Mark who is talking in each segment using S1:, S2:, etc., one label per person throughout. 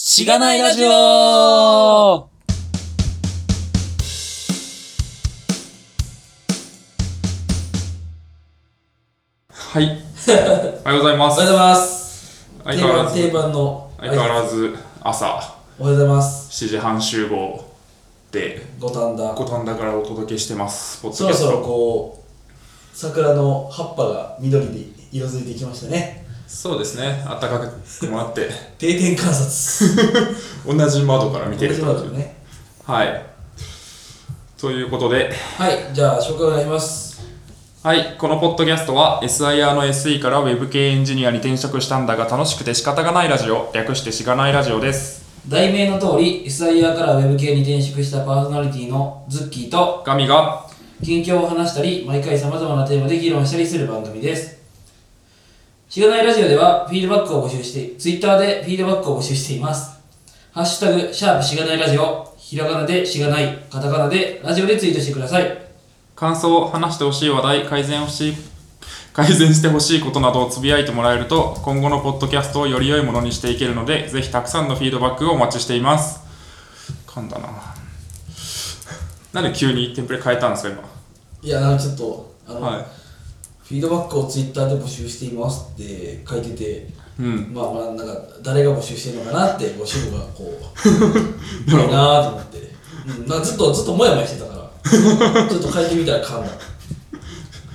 S1: しがないラジオ
S2: はい。おはようございま
S1: おは
S2: す。
S1: ようござ
S2: 相
S1: います。定
S2: 変わら
S1: 番
S2: ず
S1: 定、番の。
S2: 相変わ
S1: はい
S2: らず朝
S1: おはようございます。
S2: 7時半集合で、
S1: 五反田。
S2: 五反田からお届けしてます。ポッ
S1: そ
S2: ドキ
S1: ろ
S2: ャス
S1: そろ
S2: ト。
S1: こう、桜の葉っぱが緑で色づいてきましたね。
S2: そうですね。暖かくもらって、
S1: 定点観察。
S2: 同じ窓から見てる
S1: 同じ窓でね。
S2: はい。ということで、
S1: はい、じゃあ紹介お願いします。
S2: はい、このポッドキャストは SIR の SE から Web 系エンジニアに転職したんだが楽しくて仕方がないラジオ、略してしがないラジオです。
S3: 題名の通り SIR から Web 系に転職したパーソナリティのズッキーと
S2: ガミが
S3: 近況を話したり毎回さまざまなテーマで議論したりする番組ですしがないラジオではフィードバックを募集して Twitter でフィードバックを募集していますハッシュタグシャープしがないラジオひらがなでしがないカタカナでラジオでツイートしてください
S2: 感想話してほしい話題改善ほしい改善してほしいことなどをつぶやいてもらえると今後のポッドキャストをより良いものにしていけるのでぜひたくさんのフィードバックをお待ちしています噛んだななんで急にテンプレ変えたんですか
S1: いや、なんかちょっと、あ
S2: 今
S1: の、
S2: は
S1: フィードバックをツイッターで募集していますって書いてて、
S2: いうん
S1: まあまあ、なんか誰が募集してるのかなって、ご主語がこう、いいなーと思って。うん、なんかずっとずっともやもやしてたから、ちょっと書いてみたら噛んだ。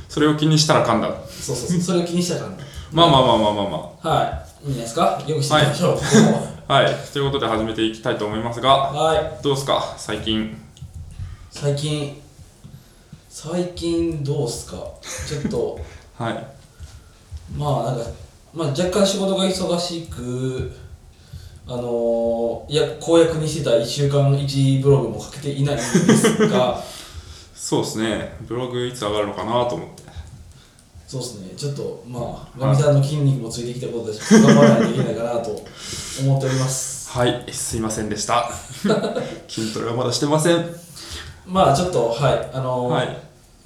S2: それを気にしたら噛んだ
S1: そうそうそう、それを気にしたからね。
S2: まあまあまあまあまあま
S1: はい。いいんじゃないですかよくしていきましょう。
S2: あはいということで始めていきたいと思いますが
S1: はい、はい。
S2: どうですか最近
S1: 最近、最近どうっすかちょっと、
S2: はい
S1: まあなんか、まあ若干仕事が忙しく、あのー、いや、公約にしてた1週間1ブログも書けていないんですが、
S2: そうですねブログいつ上がるのかなと思って
S1: そうですね、ちょっとまあ、ガミさんの筋肉もついてきたことだし、頑張らないといけないかなと思っております。
S2: はいすいませんでした 筋トレはまだしてません
S1: まあちょっと、はい、あのー
S2: はい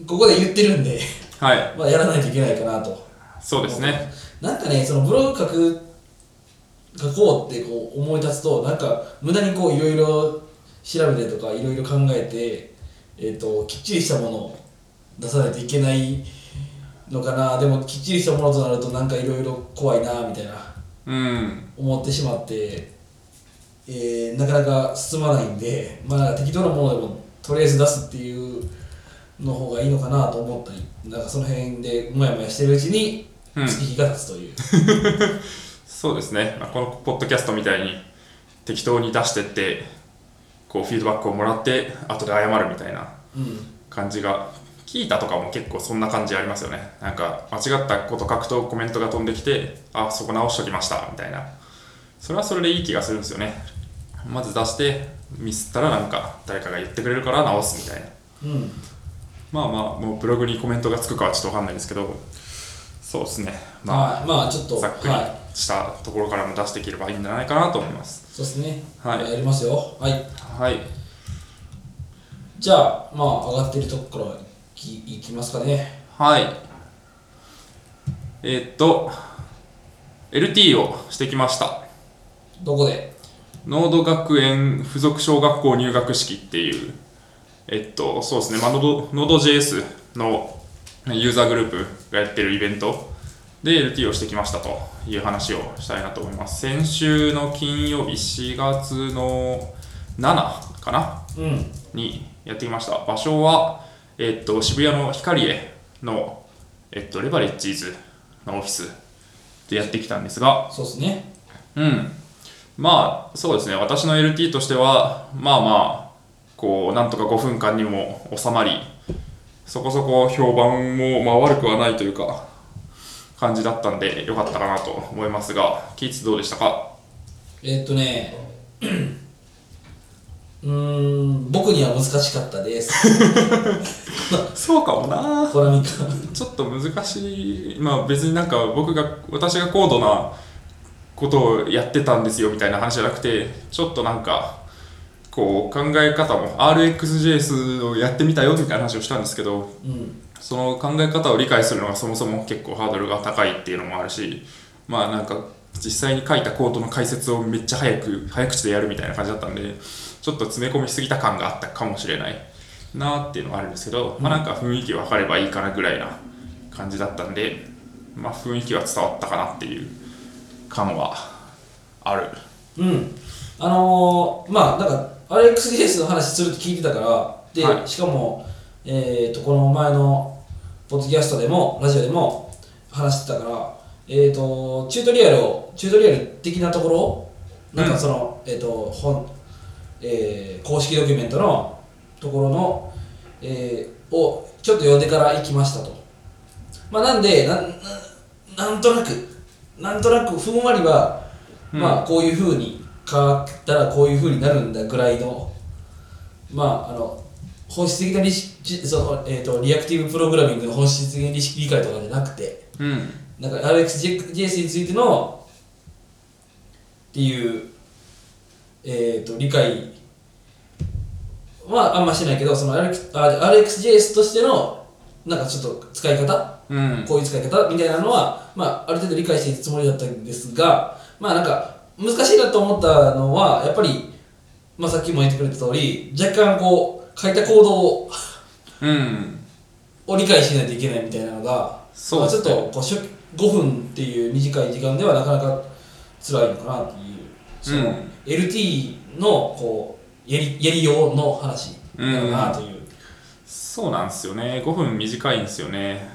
S1: ここで言ってるんで、
S2: はい、
S1: まあやらないといけないかなと。
S2: そうですね。
S1: なんかね、そのブログ書く、書こうってこう思い立つと、なんか無駄にこういろいろ調べてとか、いろいろ考えて、えっ、と、きっちりしたものを出さないといけないのかな。でも、きっちりしたものとなると、なんかいろいろ怖いな、みたいな、
S2: うん、
S1: 思ってしまって、えーなかなか進まないんで、まあ適当なものでも、とりあえず出すっていうの方がいいのかなと思ったり、なんかその辺でもやもやしてるうちに、
S2: うん
S1: 月日が経つという。
S2: そうですね。まあこのポッドキャストみたいに適当に出してって、こうフィードバックをもらって、後で謝るみたいな
S1: うん
S2: 感じが、聞いたとかも結構そんな感じありますよね。なんか間違ったこと書くとコメントが飛んできて、あ、そこ直しときましたみたいな。それはそれでいい気がするんですよね。まず出して、ミスったらなんか誰かが言ってくれるから直すみたいな。
S1: うん、
S2: まあまあ、もうブログにコメントがつくかはちょっとわかんないですけど、そうですね。まあ、
S1: はい、まあちょっと、
S2: ざっくり
S1: はい、
S2: したところからも出していければいいんじゃないかなと思います。
S1: そうですね、
S2: はい
S1: やりますよ、はい、
S2: はい。
S1: じゃあ、まあ、上がってるところからいきいきますかね、
S2: はい。えーっと、LT をしてきました。
S1: どこで、
S2: ノード学園附属小学校入学式っていう、えっと、そうですね、まあ、ノードノード JS のユーザーグループがやってるイベントで LT をしてきましたという話をしたいなと思います。先週の金曜日4月の7かな
S1: うん、
S2: にやってきました場所は、えっと渋谷のヒカリエの、えっとレバレッジーズのオフィスでやってきたんですが、
S1: そうですね、
S2: うん、まあそうですね私の LT としてはまあまあこうなんとか5分間にも収まりそこそこ評判も、まあ、悪くはないというか感じだったんで良かったかなと思いますがキッズどうでしたか
S1: えーっとね、 うーん、僕には難しかったです、
S2: そうかもな
S1: コラミか、
S2: ちょっと難しい、まあ別になんか僕が、私が高度なことをやってたんですよみたいな話じゃなくて、ちょっとなんか、こう考え方も RxJS をやってみたよみたいな話をしたんですけど、
S1: うん、
S2: その考え方を理解するのがそもそも結構ハードルが高いっていうのもあるし、まあなんか実際に書いたコードの解説をめっちゃ早く早口でやるみたいな感じだったんでちょっと詰め込みすぎた感があったかもしれないなーっていうのはあるんですけど、まあ、なんか雰囲気分かればいいかなぐらいな感じだったんで、まあ、雰囲気は伝わったかなっていう感はある
S1: うんあのー、まあなんか RxJS の話するって聞いてたからで、
S2: はい
S1: しかもえっ、とこの前のポッドキャストでもラジオでも話してたからえっ、とチュートリアルをチュートリアル的なところをなん
S2: う
S1: か
S2: ん
S1: その、えっ、と本、えー公式ドキュメントのところの、えーをちょっと読んでから行きましたとまあなんでなんななんとなくなんとなくふんわりは
S2: うん
S1: まあこういうふうに書いたらこういうふうになるんだぐらいのまああの本質的な理識その、えー、とリアクティブプログラミングの本質的な理識理解とかじゃなくて
S2: うん
S1: なんか RxJS についてのっていう、えー、と理解はあんましてないけどその RX あ RxJS としてのなんかちょっと使い方
S2: うん
S1: こういう使い方みたいなのは、まあ、ある程度理解しているつもりだったんですが、まあ、なんか難しいなと思ったのはやっぱり、まあ、さっきも言ってくれた通り若干こう書いた行動を
S2: うん
S1: を理解しないといけないみたいなのが
S2: そう
S1: まあ
S2: で
S1: ちょ
S2: す
S1: っ
S2: ね
S1: とこうしょ5分っていう短い時間ではなかなか辛いのかなっていうその、
S2: うん
S1: LT のこうやりやりようの話なのかなという。
S2: そうなんですよね5分短いんですよね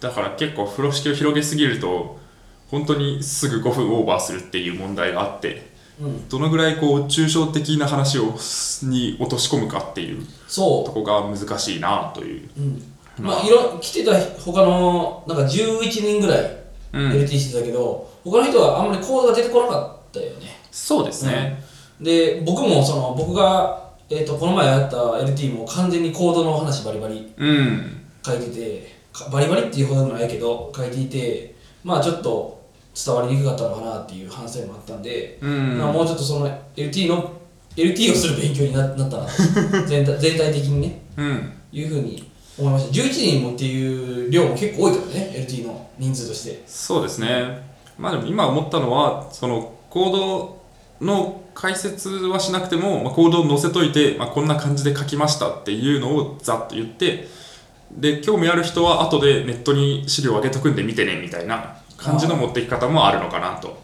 S2: だから結構風呂敷を広げすぎると本当にすぐ5分オーバーするっていう問題があって
S1: うん、
S2: どのぐらいこう抽象的な話をに落とし込むかっていう
S1: そう
S2: とこが難しいなという
S1: うんまあ、いろ来てた他のなんか11人ぐらい
S2: うん
S1: LT してたけど、他の人はあんまりコードが出てこなかったよね
S2: そうですね
S1: で僕もその僕が、えー、とこの前やった LT も完全にコードの話バリバリ
S2: うん
S1: 書いててかバリバリっていうほどでもないけど書いていてまあちょっと伝わりにくかったのかなっていう反省もあったんで、
S2: うん
S1: まあ、もうちょっとその LT の LT をする勉強にななったなと全体全体的にね
S2: うん
S1: いうふうに思いました11人もっていう量も結構多いからね LT の人数として
S2: そうですねまあでも今思ったのはその行動の解説はしなくても、まあ、行動を載せといて、まあ、こんな感じで書きましたっていうのをざっと言ってで興味ある人は後でネットに資料を上げとくんで見てねみたいな感じの持っていき方もあるのかなと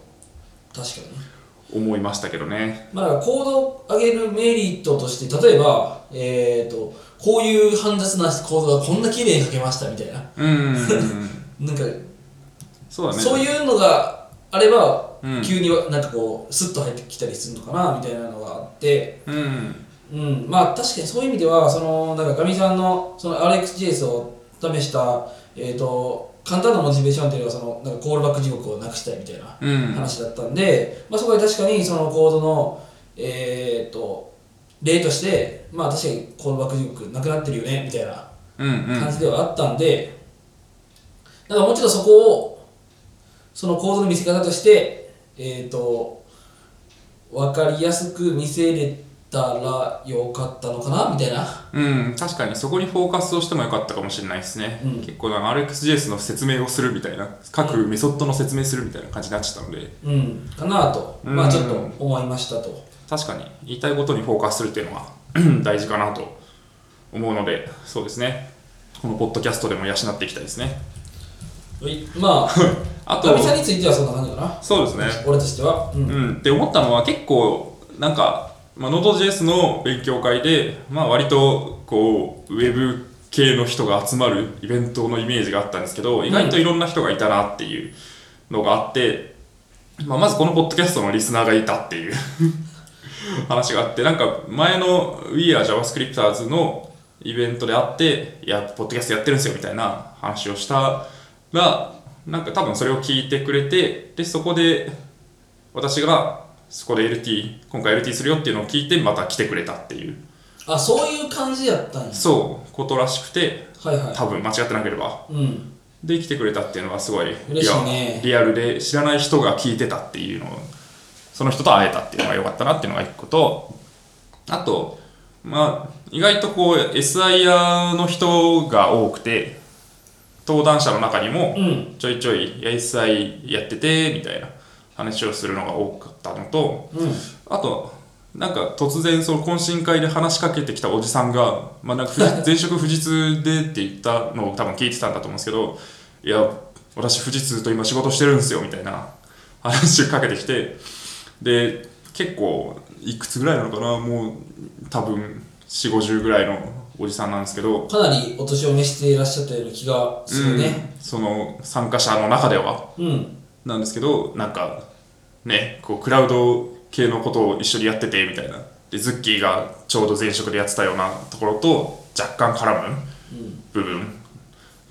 S1: 確かにね
S2: 思いましたけどね
S1: まあ、だから行動を上げるメリットとして例えば、えー、とこういう煩雑な行動がこんな綺麗に書けましたみたいな
S2: うん
S1: なんか
S2: そうだね
S1: そういうのがあれば、
S2: うん
S1: 急になんかこうスッと入ってきたりするのかなみたいなのがあって、
S2: うん
S1: うん、まあ確かにそういう意味ではそのなんかガミさんのその RxJS を試した、えー、と簡単なモチベーションっていうのはそのなんかコールバック地獄をなくしたいみたいな
S2: うん
S1: 話だったんで、まあ、そこで確かにそのコードの、えー、と例として、まあ、確かにコードバック地獄なくなってるよねみたいな
S2: うんうん
S1: 感じではあったんで、だからもうちょっとそこをそのコードの見せ方として、えー、と分かりやすく見せれたらよかったのかなみたいな。
S2: うん、確かにそこにフォーカスをしてもよかったかもしれないですね、
S1: うん
S2: 結構あの RxJS の説明をするみたいな各メソッドの説明するみたいな感じになっちゃったので
S1: うん、かなと、
S2: うん
S1: まあ、ちょっと思いましたと。
S2: 確かに言いたいことにフォーカスするっていうのは大事かなと思うのでそうですねこのポッドキャストでも養っていきたいですね
S1: はいま
S2: あ
S1: あ、
S2: と
S1: かみさんについてはそんな感じかな。
S2: そうですね
S1: 俺としては。うん
S2: うん、って思ったのは結構なんか、まあ、Node.js の勉強会で、まあ、割とこうウェブ系の人が集まるイベントのイメージがあったんですけど意外といろんな人がいたなっていうのがあって、まあ、まずこのポッドキャストのリスナーがいたっていう 話があってなんか前の We are JavaScripters のイベントであっていやポッドキャストやってるんですよみたいな話をしたらなんか多分それを聞いてくれてでそこで私がそこで LT 今回 LT するよっていうのを聞いてまた来てくれたっていう
S1: あそういう感じやったんや
S2: そうことらしくて
S1: はいは
S2: 多分間違ってなければ
S1: いうん
S2: で来てくれたっていうのはすごい
S1: 嬉しいね
S2: リアリアルで知らない人が聞いてたっていうのをその人と会えたっていうのが良かったなっていうのが一個とあとまあ意外とこう SIR の人が多くて登壇者の中にも
S1: うん
S2: ちょいちょいいや SI やっててみたいな話をするのが多かったのと、
S3: うん。
S2: あと、なんか突然、その懇親会で話しかけてきたおじさんが、まあ、なんか富士 前職富士通でって言ったのを多分聞いてたんだと思うんですけど、いや、私富士通と今仕事してるんですよ、みたいな話をかけてきて、で、結構、いくつぐらいなのかな、もう多分4、50ぐらいのおじさんなんですけど、
S1: かなりお年を召していらっしゃったような気がするね。
S2: うん、その参加者の中では
S1: うん。
S2: なんですけどなんかねこうクラウド系のことを一緒にやっててみたいなでズッキーがちょうど前職でやってたようなところと若干絡む部分、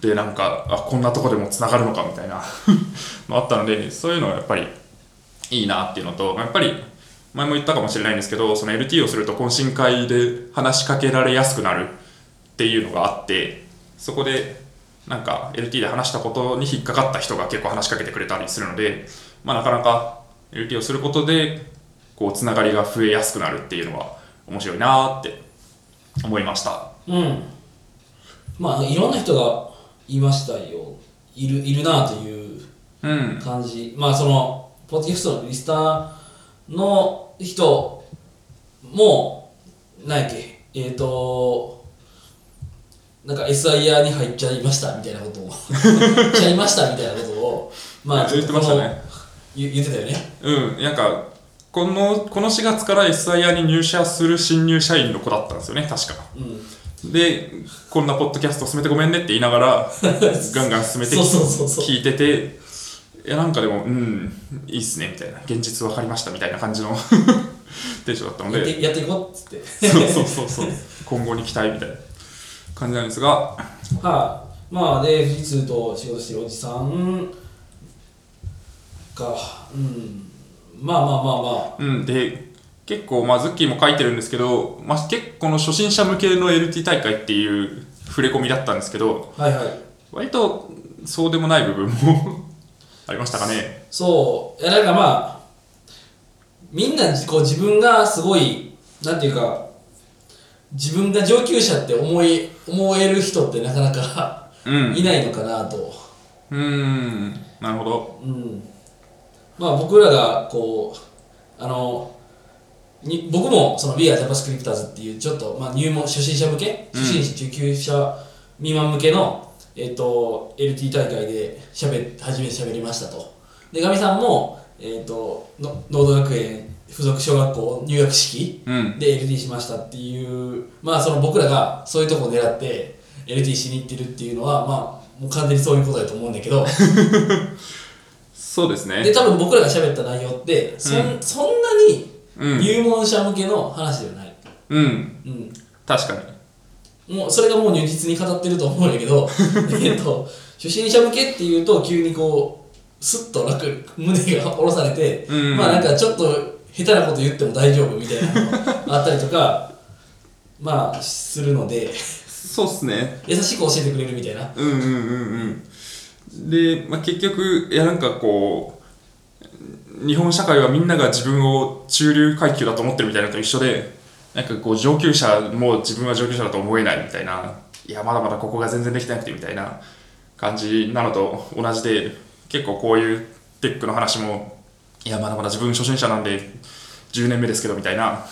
S2: でなんかあこんなとこでもつながるのかみたいな のあったのでそういうのはやっぱりいいなっていうのとまあやっぱり前も言ったかもしれないんですけどその LT をすると懇親会で話しかけられやすくなるっていうのがあってそこでなんか LT で話したことに引っかかった人が結構話しかけてくれたりするので、まあ、なかなか LT をすることでこうつながりが増えやすくなるっていうのは面白いなーって思いました
S3: うん。
S1: まああの、いろんな人がいましたよ。いる、いるなという
S2: うん
S1: 感じ。まあ、その、ポッドキャストのリスターの人も、なんやっけ、えっ、と、なんか SIR に入っちゃいましたみたいなことを、 入っちゃいましたみたいなことを、まあ、
S2: 言ってましたね
S1: 言言ってたよね。
S2: うんなんかこのこの4月から SIR に入社する新入社員の子だったんですよね確か
S1: うん。
S2: でこんなポッドキャスト進めてごめんねって言いなが らガンガン進めて
S1: そうそうそうそう
S2: 聞いてていやなんかでもうんいいっすねみたいな現実分かりましたみたいな感じの テンションだったの
S1: やっ
S2: で
S1: てやっていこうっつって。
S2: そうそうそうそう今後に期待みたいな感じなんですが
S1: はい、まあで富士通と仕事してるおじさんがうんまあまあまあまあ
S2: うんで結構まあズッキーも書いてるんですけど、まあ、結構この初心者向けの LT 大会っていう触れ込みだったんですけど
S1: はいはい
S2: 割とそうでもない部分も ありましたかね
S1: そういやなんかまあみんなこう自分がすごいなんていうか自分が上級者って思い思える人ってなかなか
S2: うん
S1: いないのかなと、
S2: うーんなるほど
S1: うん、まあ僕らがこうあのに僕もその We are JavaScripters っていうちょっと、まあ、入門初心者向け
S2: うん
S1: 初心者中級者未満向けの、えっと LT 大会でしゃべ初めてしゃべりましたとでガミさんも、えっとの農道学園附属小学校入学式
S2: うん
S1: で LT しましたっていうまあその僕らがそういうとこを狙って LT しに行ってるっていうのはまあもう完全にそういうことだと思うんだけど
S2: そうですね
S1: で多分僕らが喋った内容ってそ,、、
S2: うん
S1: そんなに
S2: うん、
S1: 入門者向けの話ではない、
S2: うん、
S1: うん
S2: 確かに
S1: もうそれがもう如実に語ってると思うんだ けどえっと初心者向けっていうと急にこうスッと楽胸が下ろされて、
S2: うん
S1: まあなんかちょっと下手なこと言っても大丈夫みたいなのがあったりとかまあするので
S2: そうっすね
S1: 優しく教えてくれるみたいな
S2: うんうんうんうんで、まあ、結局いやなんかこう日本社会はみんなが自分を中流階級だと思ってるみたいなのと一緒でなんかこう上級者も自分は上級者だと思えないみたいないやまだまだここが全然できてなくてみたいな感じなのと同じで結構こういうテックの話もいやまだまだ自分初心者なんで10年目ですけどみたいな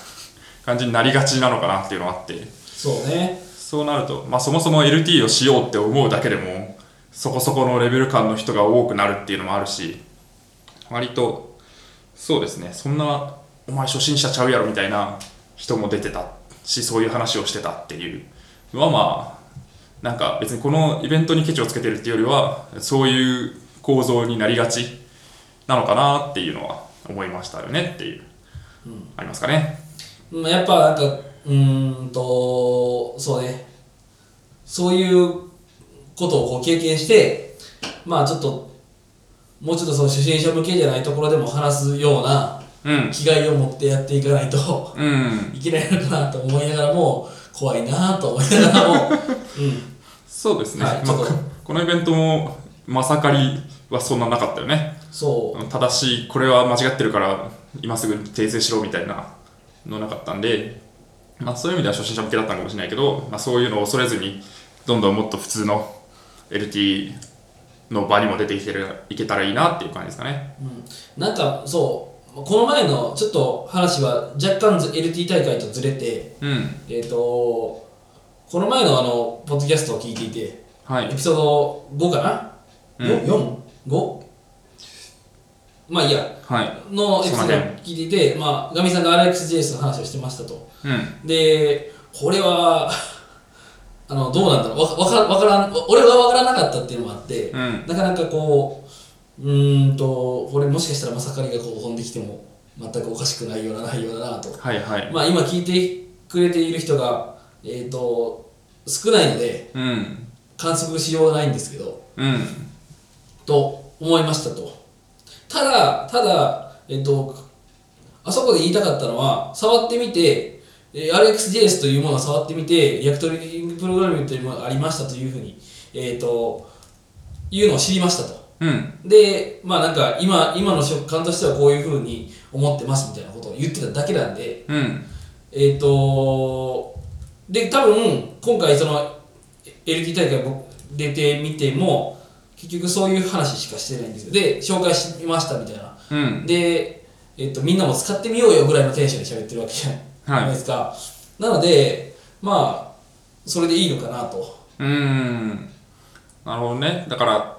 S2: 感じになりがちなのかなっていうのはあって
S1: そうね
S2: そうなると、まあ、そもそも LT をしようって思うだけでもそこそこのレベル感の人が多くなるっていうのもあるし割とそうですねそんなお前初心者ちゃうやろみたいな人も出てたしそういう話をしてたっていうのはまあなんか別にこのイベントにケチをつけてるっていうよりはそういう構造になりがちなのかなっていうのは思いましたよねっていう、ありますかね
S1: まあ、やっぱなんかうーんとそうねそういうことをこう経験してまあちょっともうちょっとその初心者向けじゃないところでも話すような
S2: うん
S1: 気概を持ってやっていかないと
S2: うん
S1: いけないのかなと思いながらも怖いなと思いながら も、うん、
S2: そうですね、
S1: はい
S2: まあ
S1: ちょっと
S2: ここのイベントもまさかりはそんななかったよね
S1: そう
S2: 正しいこれは間違ってるから今すぐ訂正しろみたいなのなかったんで、まあ、そういう意味では初心者向けだったのかもしれないけど、まあ、そういうのを恐れずにどんどんもっと普通の LT の場にも出ていけるいけたらいいなっていう感じですかね。
S1: うん、なんかそうこの前のちょっと話は若干ず LT 大会とずれて
S2: うん。
S1: えっ、とこの前のあのポッドキャストを聞いていて
S2: は
S1: エ
S2: い
S1: ピ。ソード5かな、
S2: うん
S1: ?4?5? まあいいや
S2: はい。
S1: のエピソ
S2: そ
S1: ード
S2: う
S1: を
S2: ね
S1: 聞いていてまあガミさんが RXJS の話をしてましたと
S2: うん。
S1: でこれはあのどうなんだろうわわかわからん俺がわからなかったっていうのもあって、
S2: うん
S1: なかなかこううーんとこれもしかしたらまさかりがこう飛んできても全くおかしくないような内容だなと、
S2: はいはい。
S1: まあ今聞いてくれている人がえっ、と少ないので
S2: うん。
S1: 観測しようがないんですけど
S2: うん。
S1: と思いましたとただただえっとあそこで言いたかったのは触ってみてえー RxJS というものを触ってみてリアクトリングプログラミングというものがありましたというふうに、えっというのを知りましたと
S2: うん。
S1: でまあなんか今今の食感としてはこういうふうに思ってますみたいなことを言ってただけなんで
S2: うん。
S1: えっ、とで多分今回その LT 大会僕出てみても結局そういう話しかしてないんですよで紹介しましたみたいな
S2: うん。
S1: で、えっとみんなも使ってみようよぐらいのテンションで喋ってるわけじゃ
S2: はい
S1: ないですか、なのでまあそれでいいのかなと
S2: うーんなるほどねだから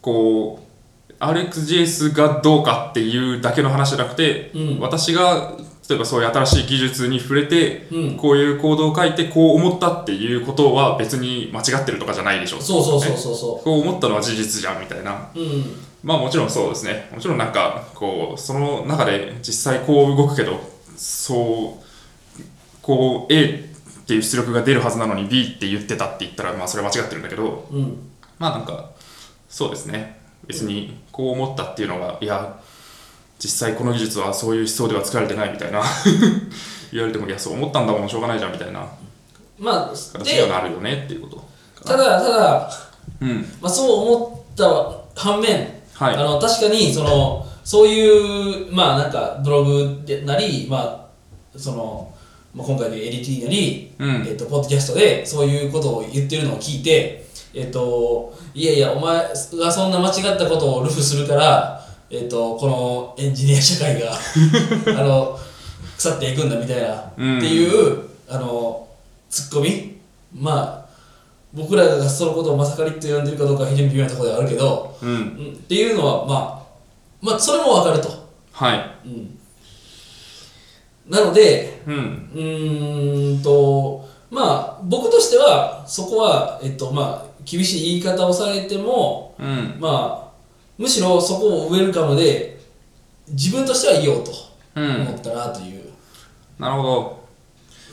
S2: こう RxJS がどうかっていうだけの話じゃなくて、
S1: うん
S2: 私が例えばそういう新しい技術に触れて、
S1: うん
S2: こういう行動を書いてこう思ったっていうことは別に間違ってるとかじゃないでしょ
S1: そうそうそう
S2: ね
S1: そうそ
S2: こう思ったのは事実じゃんみたいな
S1: ううん
S2: まあもちろんそうですねもちろんなんかこうその中で実際こう動くけどそうこう A っていう出力が出るはずなのに B って言ってたって言ったらまあそれは間違ってるんだけど
S1: うん
S2: まあなんかそうですね別にこう思ったっていうのがいや実際この技術はそういう思想では作られてないみたいな 言われてもいやそう思ったんだもんしょうがないじゃんみたいな
S1: まあ
S2: 形に
S1: で
S2: なるよねっていうこと
S1: ただただ
S2: うん
S1: まあ、そう思った反面、
S2: はい
S1: あの確かにそのそういう、まあ、なんかブログでなり、まあそのまあ、今回で LT なり、
S2: うん
S1: えっとポッドキャストでそういうことを言ってるのを聞いて、えっといやいやお前がそんな間違ったことをルフするから、えっとこのエンジニア 社会があの腐っていくんだみたいな、
S2: うん
S1: っていうあのツッコミまあ僕らがそのことをまさかりって呼んでるかどうかは非常に微妙なところではあるけど、
S2: うん
S1: うん、っていうのはまあまあそれもわかると、
S2: はい
S1: うん、なので
S2: うん
S1: うーんとまあ僕としてはそこはえっとまあ厳しい言い方をされても
S2: うん
S1: まあむしろそこをウェルカムで自分としては言おうと
S2: うん
S1: 思ったなという
S2: なるほど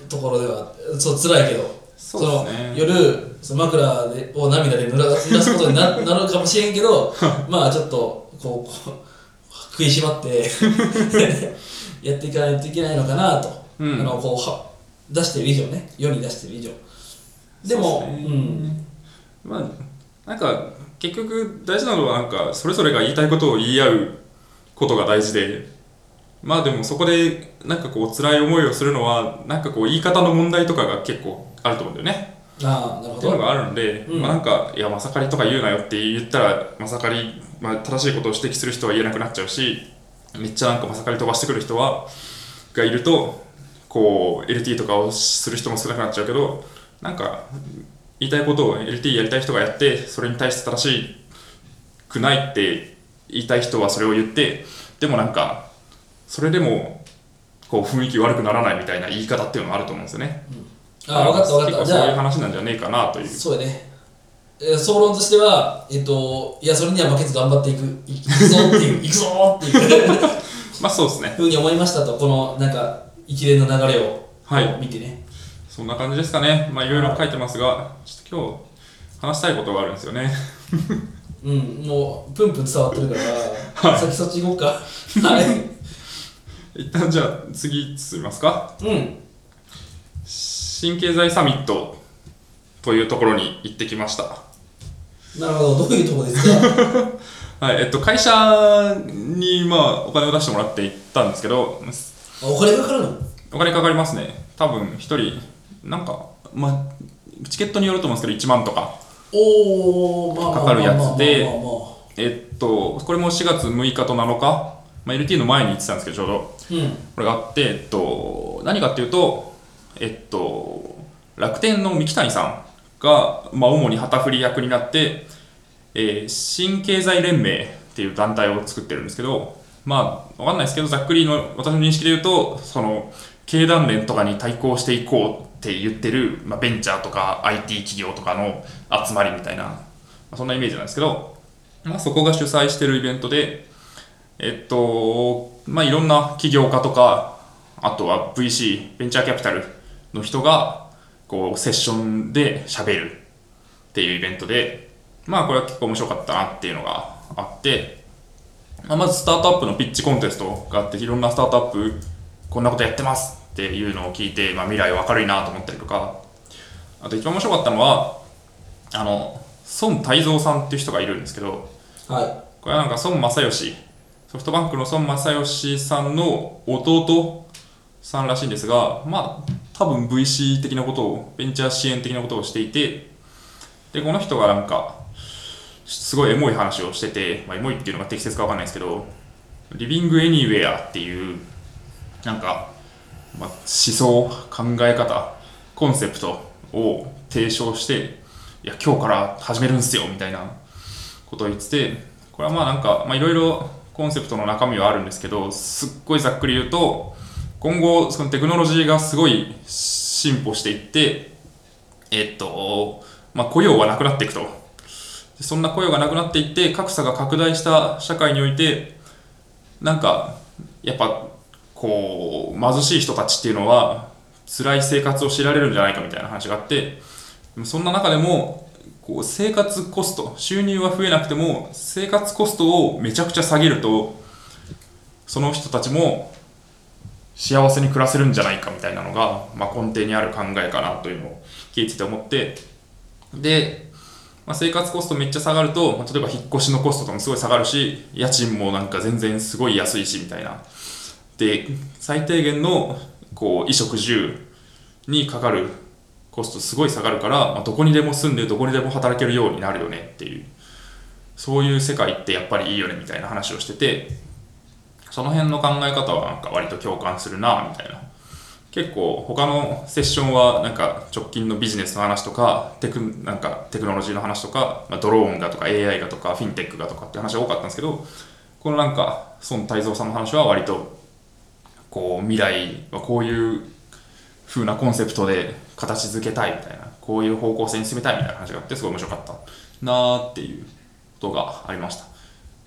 S1: ところではそう辛いけど
S2: そうですね
S1: その夜その枕でを涙で濡ら濡らすこと にななるかもしれんけどまあちょっとこうこう食いしばって やっていかないといけないのかなと、
S2: うん
S1: あのこうは出してる以上ね世に出してる以上でも
S2: そう
S1: う
S2: すね
S1: ん
S2: まあなんか結局大事なのはなんかそれぞれが言いたいことを言い合うことが大事でまあでもそこでなんかこう辛い思いをするのはなんかこう言い方の問題とかが結構あると思うんだよね
S1: ああなるほ
S2: っていうの
S1: ど
S2: があるんで、
S1: うん
S2: まあなんか「いやまさかりとか言うなよ」って言ったらまさかり、まあ、正しいことを指摘する人は言えなくなっちゃうしめっちゃなんかまさかり飛ばしてくる人はがいるとこう LT とかをする人も少なくなっちゃうけどなんか言いたいことを LT やりたい人がやってそれに対して正しくないって言いたい人はそれを言ってでもなんかそれでもこう雰囲気悪くならないみたいな言い方っていうのもあると思うんですよね。
S1: ああ分かった分かった
S2: 結
S1: じ
S2: 構そういう
S1: ゃあ
S2: 話なんじゃねえかなという。
S1: そうやねえー総論としては、えっと、いや、それには負けず頑張っていく、いいくぞっていう、いくぞっていう。
S2: まあそうですね。
S1: ふうに思いましたとこのなんか一連の流れを
S2: はい
S1: 見てね、
S2: そんな感じですかね。まあいろいろ書いてますが、ちょっと今日話したいことがあるんですよね。
S1: うんもうプンプン伝わってるから、
S2: はい
S1: 先そっち行こうか はい
S2: 一旦じゃあ次進みますか。
S1: うん
S2: 新経済サミットというところに行ってきました。
S1: なるほどどういうとこです か
S2: はい、えっと、会社にまあお金を出してもらって行ったんですけど、
S1: あお金かかるの
S2: お金かかりますね。多分一人、なんか、まあ、チケットによると思うんですけど、1万とか
S1: おおまあまあ
S2: かかるやつで
S1: まあまあまあまあ
S2: えっと、これも4月6日と7日、まあ、LT の前に言ってたんですけど、ちょうど、
S1: うん
S2: これがあって、えっと、何かっていうと、えっと、楽天の三木谷さんが、まあ、主に旗振り役になって、えー新経済連盟っていう団体を作ってるんですけど、まあ、わかんないですけど、ざっくりの私の認識で言うと、その、経団連とかに対抗していこうって言ってる、まあ、ベンチャーとか IT 企業とかの集まりみたいな、まあそんなイメージなんですけど、まあ、そこが主催してるイベントで、えっと、まあ、いろんな起業家とか、あとは VC、ベンチャーキャピタルの人が、こう、セッションで喋るっていうイベントで、まあ、これは結構面白かったなっていうのがあって、まあ、まずスタートアップのピッチコンテストがあって、いろんなスタートアップ、こんなことやってますっていうのを聞いて、まあ、未来は明るいなと思ったりとか、あと一番面白かったのは、あの、孫泰造さんっていう人がいるんですけど、
S1: はい
S2: これはなんか孫正義ソフトバンクの孫正義さんの弟さんらしいんですがまあ多分 VC 的なことをベンチャー支援的なことをしていてでこの人がなんかすごいエモい話をしてて、まあ、エモいっていうのが適切かわかんないですけどリビングエニウェアっていうなんか、まあ、思想考え方コンセプトを提唱していや今日から始めるんすよみたいなことを言っててこれはまあなんかまあいろいろコンセプトの中身はあるんですけどすっごいざっくり言うと今後そのテクノロジーがすごい進歩していってえっとまあ雇用はなくなっていくとでそんな雇用がなくなっていって格差が拡大した社会においてなんかやっぱこう貧しい人たちっていうのは辛い生活を強いられるんじゃないかみたいな話があってそんな中でもこう生活コスト収入は増えなくても生活コストをめちゃくちゃ下げるとその人たちも幸せに暮らせるんじゃないかみたいなのが、まあ、根底にある考えかなというのを聞いてて思ってで、まあ、生活コストめっちゃ下がると、まあ、例えば引っ越しのコストとかもすごい下がるし家賃もなんか全然すごい安いしみたいなで最低限のこう衣食住にかかるコストすごい下がるから、まあ、どこにでも住んでどこにでも働けるようになるよねっていうそういう世界ってやっぱりいいよねみたいな話をしててその辺の考え方はなんか割と共感するなみたいな結構他のセッションはなんか直近のビジネスの話とかテクなんかテクノロジーの話とか、まあ、ドローンがとか AI がとかフィンテックがとかって話が多かったんですけどこのなんか孫泰造さんの話は割とこう未来はこういう風なコンセプトで形付けたいみたいなこういう方向性に進めたいみたいな話があってすごい面白かったなーっていうことがありました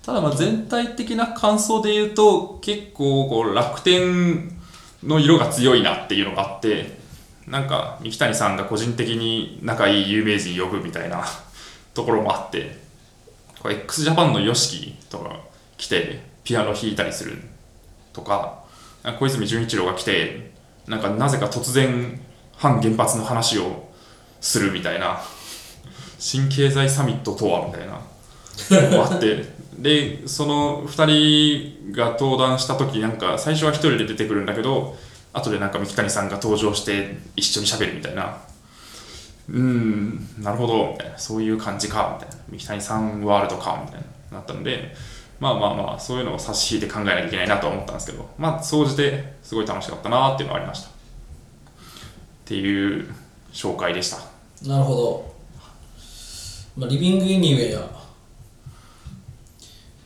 S2: ただまあ全体的な感想で言うと結構こう楽天の色が強いなっていうのがあってなんか三木谷さんが個人的に仲いい有名人呼ぶみたいなところもあってこれ x ジャパンの YOSHIKI とか来てピアノ弾いたりするとか小泉純一郎が来てなんかなぜか突然反原発の話をするみたいな新経済サミットとはみたいなのがあってでその2人が登壇した時なんか最初は1人で出てくるんだけど後でなんか三木谷さんが登場して一緒に喋るみたいなうーんなるほどみたいなそういう感じかみたいな三木谷さんワールドかみたいななったのでまあまあまあそういうのを差し引いて考えなきゃいけないなとは思ったんですけどまあ総じてすごい楽しかったなっていうのはありましたっていう紹介でした
S1: なるほど、まあ、リビングエニウェア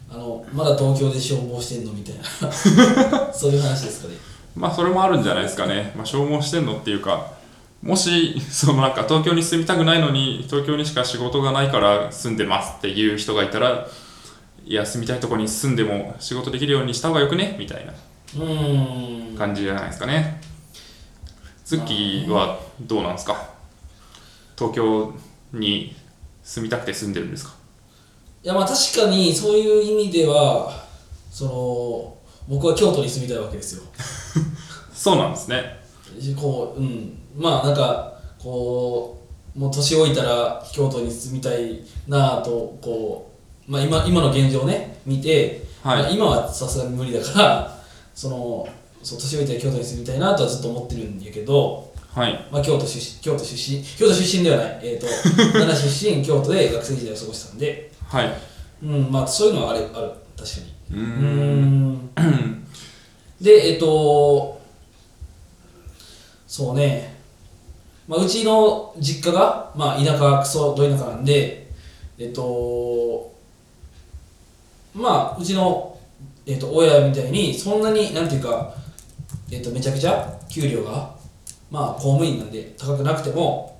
S1: あのまだ東京で消防してんのみたい なそういう話ですかね
S2: まあそれもあるんじゃないですかね、まあ、消耗してんのっていうかもしそのなんか東京に住みたくないのに東京にしか仕事がないから住んでますっていう人がいたらいや住みたいとこに住んでも仕事できるようにした方がよくねみたいな
S1: うーん
S2: 感じじゃないですかねツッキーはどうなんですか東京に住みたくて住んでるんですか
S1: いやまあ確かにそういう意味ではその僕は京都に住みたいわけですよ
S2: そうなんですね
S1: こううんまあなんかこうもう年老いたら京都に住みたいなぁとこう、まあ、今今の現状ね見て、
S2: はい
S1: まあ今はさすがに無理だからそのそう年老いたら京都に住みたいなとはずっと思ってるんやけど
S2: はい。
S1: まあ、京都出身京都出身京都出身ではない、えー、と奈良出身京都で学生時代を過ごしたんで、
S2: はい。
S1: うんまあ、そういうのはあるある確かに
S2: うー。
S1: うんんでえっ、とそうね、まあ、うちの実家が、まあ、田舎クソど田舎なんでえっ、とまあうちの、えっと親みたいにそんなになんていうか、えっとめちゃくちゃ給料がまあ公務員なんで高くなくても、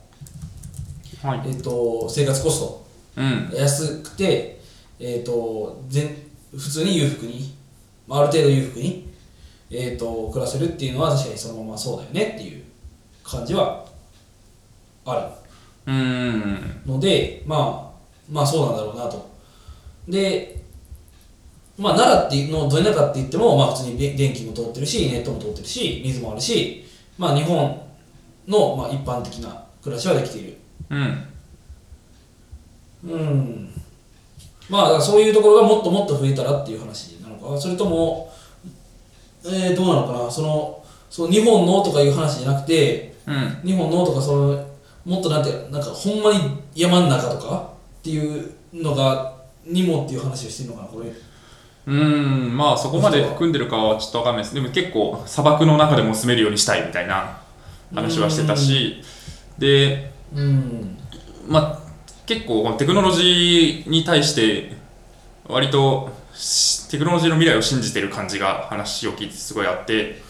S2: は
S1: え
S2: い。
S1: っと生活コスト
S2: うん。
S1: 安くて、えー、と全普通に裕福に、まあ、ある程度裕福に、えー、と暮らせるっていうのは確かにそのままそうだよねっていう感じはあ
S2: うーん。
S1: るので、まあ、まあそうなんだろうなと。で、まあ、奈良っていうのど田舎って言っても、まあ、普通にで電気も通ってるしネットも通ってるし水もあるし、まあ、日本の、まあ、一般的な暮らしはできている
S2: うん。
S1: うんまあだからそういうところがもっともっと増えたらっていう話なのかそれとも、えーどうなのかなそのその日本のとかいう話じゃなくて
S2: うん。
S1: 日本のとかそのもっとなんていうかなんかほんまに山の中とかっていうのがにもっていう話をしてるのかなこれ
S2: うーん。まあ、そこまで含んでるかはちょっとわかんないです。でも結構、砂漠の中でも住めるようにしたいみたいな話はしてたし、で、
S1: うん
S2: まあ、結構このテクノロジーに対して割としテクノロジーの未来を信じてる感じが話を聞いてすごいあって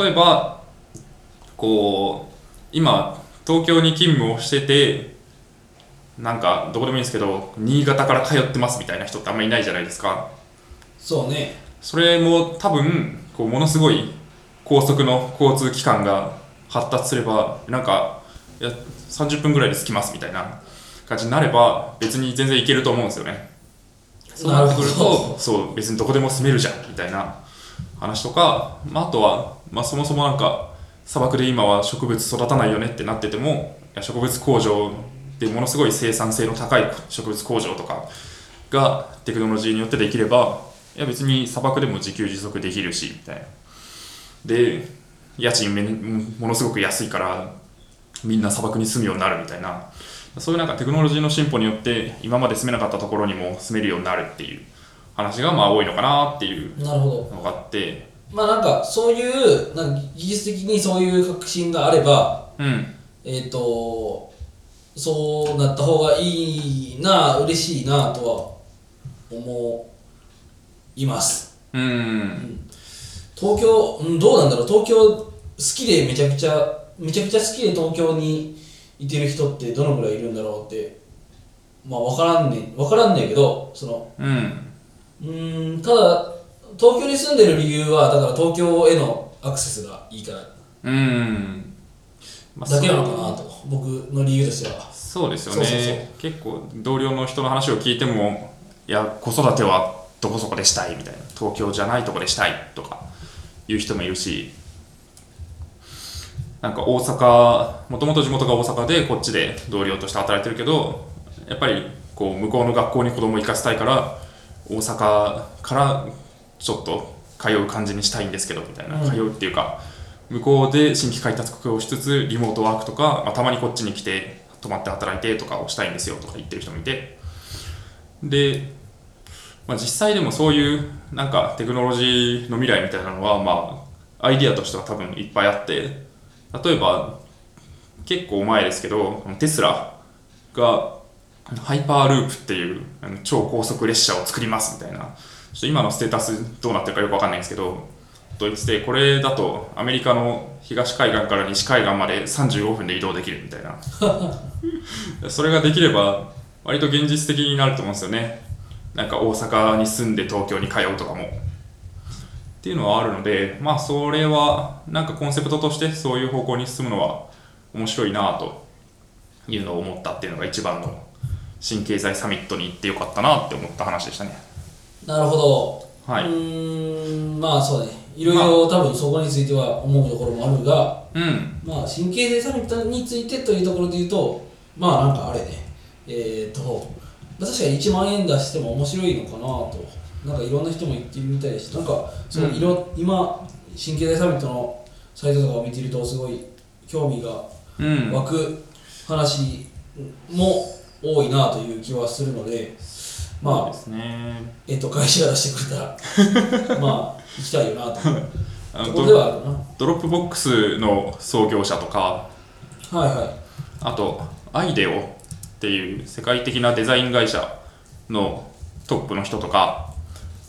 S2: 例えばこう今東京に勤務をしててなんかどこでもいいんですけど新潟から通ってますみたいな人ってあんまりいないじゃないですか
S1: そうね
S2: それも多分こうものすごい高速の交通機関が発達すればなんかいや30分ぐらいで着きますみたいな感じになれば別に全然行けると思うんですよねそうなってくる
S1: なるほ
S2: とそう別にどこでも住めるじゃんみたいな話とか、まあ、あとは、まあ、そもそもなんか砂漠で今は植物育たないよねってなっててもいや植物工場でものすごい生産性の高い植物工場とかがテクノロジーによってできればいや別に砂漠でも自給自足できるしみたいなで家賃めものすごく安いからみんな砂漠に住むようになるみたいなそういうなんかテクノロジーの進歩によって今まで住めなかったところにも住めるようになるっていう話がまあ多いのかなっていう
S1: なるほど
S2: のがあって
S1: まあなんかそういうなんか技術的にそういう革新があれば
S2: うん
S1: えっ、とそうなった方がいいな嬉しいなとは思います
S2: う
S1: うん
S2: ん
S1: 東京うんどうなんだろう東京好きでめちゃくちゃめちゃくちゃ好きで東京にいてる人ってどのぐらいいるんだろうってまあ分からんね分からんねんけどその
S2: うん
S1: うーんただ東京に住んでる理由はだから東京へのアクセスがいいから
S2: うん、まあ
S1: だけなのかなと僕の理由としては
S2: そうですよね
S1: そうそうそう
S2: 結構同僚の人の話を聞いてもいや子育てはどこそこでしたいみたいな東京じゃないとこでしたいとかいう人もいるしなんか大阪もともと地元が大阪でこっちで同僚として働いてるけどやっぱりこう向こうの学校に子供を行かせたいから大阪からちょっと通う感じにしたいんですけどみたいな、
S1: うん
S2: 通うっていうか向こうで新規開拓をしつつリモートワークとか、まあ、たまにこっちに来て泊まって働いてとかをしたいんですよとか言ってる人もいてで、まあ、実際でもそういうなんかテクノロジーの未来みたいなのはまあアイディアとしては多分いっぱいあって例えば結構前ですけどテスラがハイパーループっていうあの超高速列車を作りますみたいなちょっと今のステータスどうなってるかよくわかんないんですけどドイツでこれだとアメリカの東海岸から西海岸まで35分で移動できるみたいなそれができれば割と現実的になると思うんですよねなんか大阪に住んで東京に通うとかもっていうのはあるのでまあそれはなんかコンセプトとしてそういう方向に進むのは面白いなというのを思ったっていうのが一番の新経済サミットに行ってよかったなって思った話でしたね
S1: なるほど
S2: はいう
S1: ーんまあそうねいろいろ多分そこについては思うところもあるが、
S2: うん
S1: まあ、神経性サミットについてというところで言うとまあなんかあれねえー、っと確かに1万円出しても面白いのかなとなんかいろんな人も言ってるみたいだしなんかそう、
S2: うん
S1: いろ今神経性サミットのサイトとかを見てるとすごい興味が
S2: うん
S1: 湧く話も多いなという気はするので、
S2: そう
S1: ま
S2: で
S1: あ、
S2: すね
S1: えっと、会社が出してく れたら、まあ、行きたいよなという
S2: あ
S1: と
S2: のド
S1: ころではあるかな。
S2: ドロップボックスの創業者とか
S1: はいはい。
S2: あとアイデオっていう世界的なデザイン会社のトップの人とか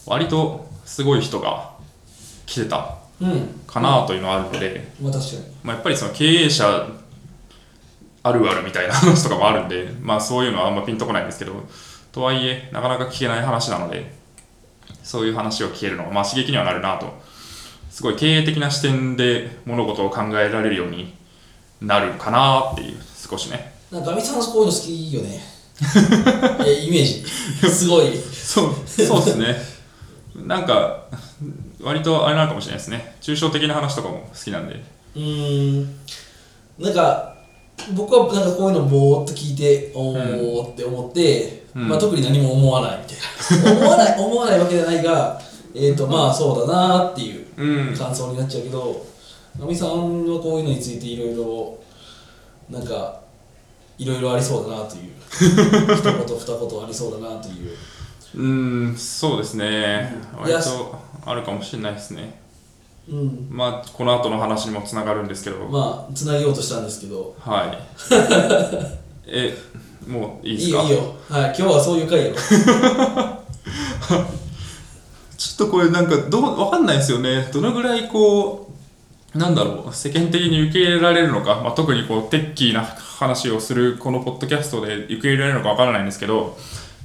S2: 割とすごい人が来てた
S1: うん、
S2: かなというのはあるので、
S1: まあ確かに。
S2: まあ、やっぱりその経営者あるあるみたいな 話とかもあるんで、まあ、そういうのはあんまピンとこないんですけどとはいえなかなか聞けない話なのでそういう話を聞けるのは、まあ、刺激にはなるなとすごい経営的な視点で物事を考えられるようになるかなっていう少しね
S1: なんか、ガミさんこういうの好きよ ね。え、イメージ。すごい。
S2: そうそうですねなんか割とあれなのかもしれないですね抽象的な話とかも好きなんで
S1: うーんなんか僕はなんかこういうのぼーっと聞いておーって思って、
S2: うん
S1: まあ、特に何も思わないみ たいな思わない思わないわけじゃないがえっ、とまあそうだなーっていう
S2: うん
S1: 感想になっちゃうけどナミさんはこういうのについていろいろなんかいろいろありそうだなという一言二言ありそうだなという
S2: うんそうですね
S1: うん
S2: 割とあるかもしれないですね
S1: うん
S2: まあこの後の話にもつながるんですけど、
S1: まあつなげようとしたんですけど
S2: はい えもういいで
S1: い
S2: す
S1: い
S2: か
S1: よいいよはい今日はそういう回やろ
S2: ちょっとこれなんかどうわかんないですよねどのぐらいこうなんだろう世間的に受け入れられるのか、まあ、特にこうテッキーな話をするこのポッドキャストで受け入れられるのかわからないんですけど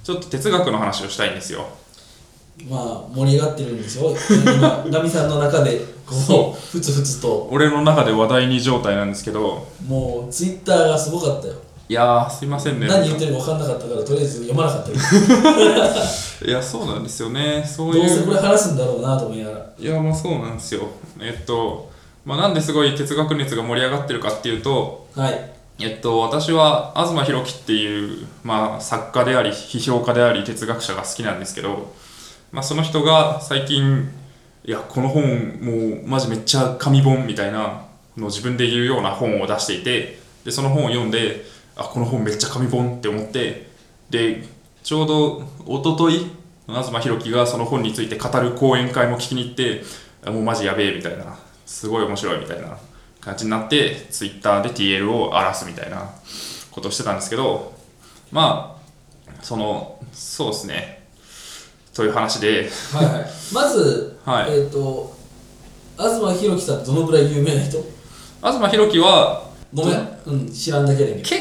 S2: ちょっと哲学の話をしたいんですよ
S1: まあ盛り上がってるんですよ今ナミさんの中でこ
S2: そう
S1: ふつふつと
S2: 俺の中で話題に状態なんですけど
S1: もうツイッターがすごかったよ、
S2: いやーすいませんね
S1: 何言ってるか分かんなかったからとりあえず読まなかったけど
S2: いやそうなんですよねそういう
S1: どうせこれ話すんだろうなと思いながら
S2: いやまあそうなんですよえっと、まあ、なんですごい哲学熱が盛り上がってるかっていうと
S1: はい
S2: えっと私は東博樹っていう、まあ、作家であり批評家であり哲学者が好きなんですけど、まあ、その人が最近いやこの本もうマジめっちゃ紙本みたいなのを自分で言うような本を出していてでその本を読んであこの本めっちゃ紙本って思ってでちょうど一昨日東博樹がその本について語る講演会も聞きに行ってあもうマジやべえみたいなすごい面白いみたいな感じになってツイッターで TL を荒らすみたいなことをしてたんですけどまあそのそうですねという話で
S1: はいはいまず、
S2: はい
S1: えっ、と東博樹さんってどのくらい有名な人
S2: 東博樹は
S1: ごめん、うん、知らんだけだけど
S2: 結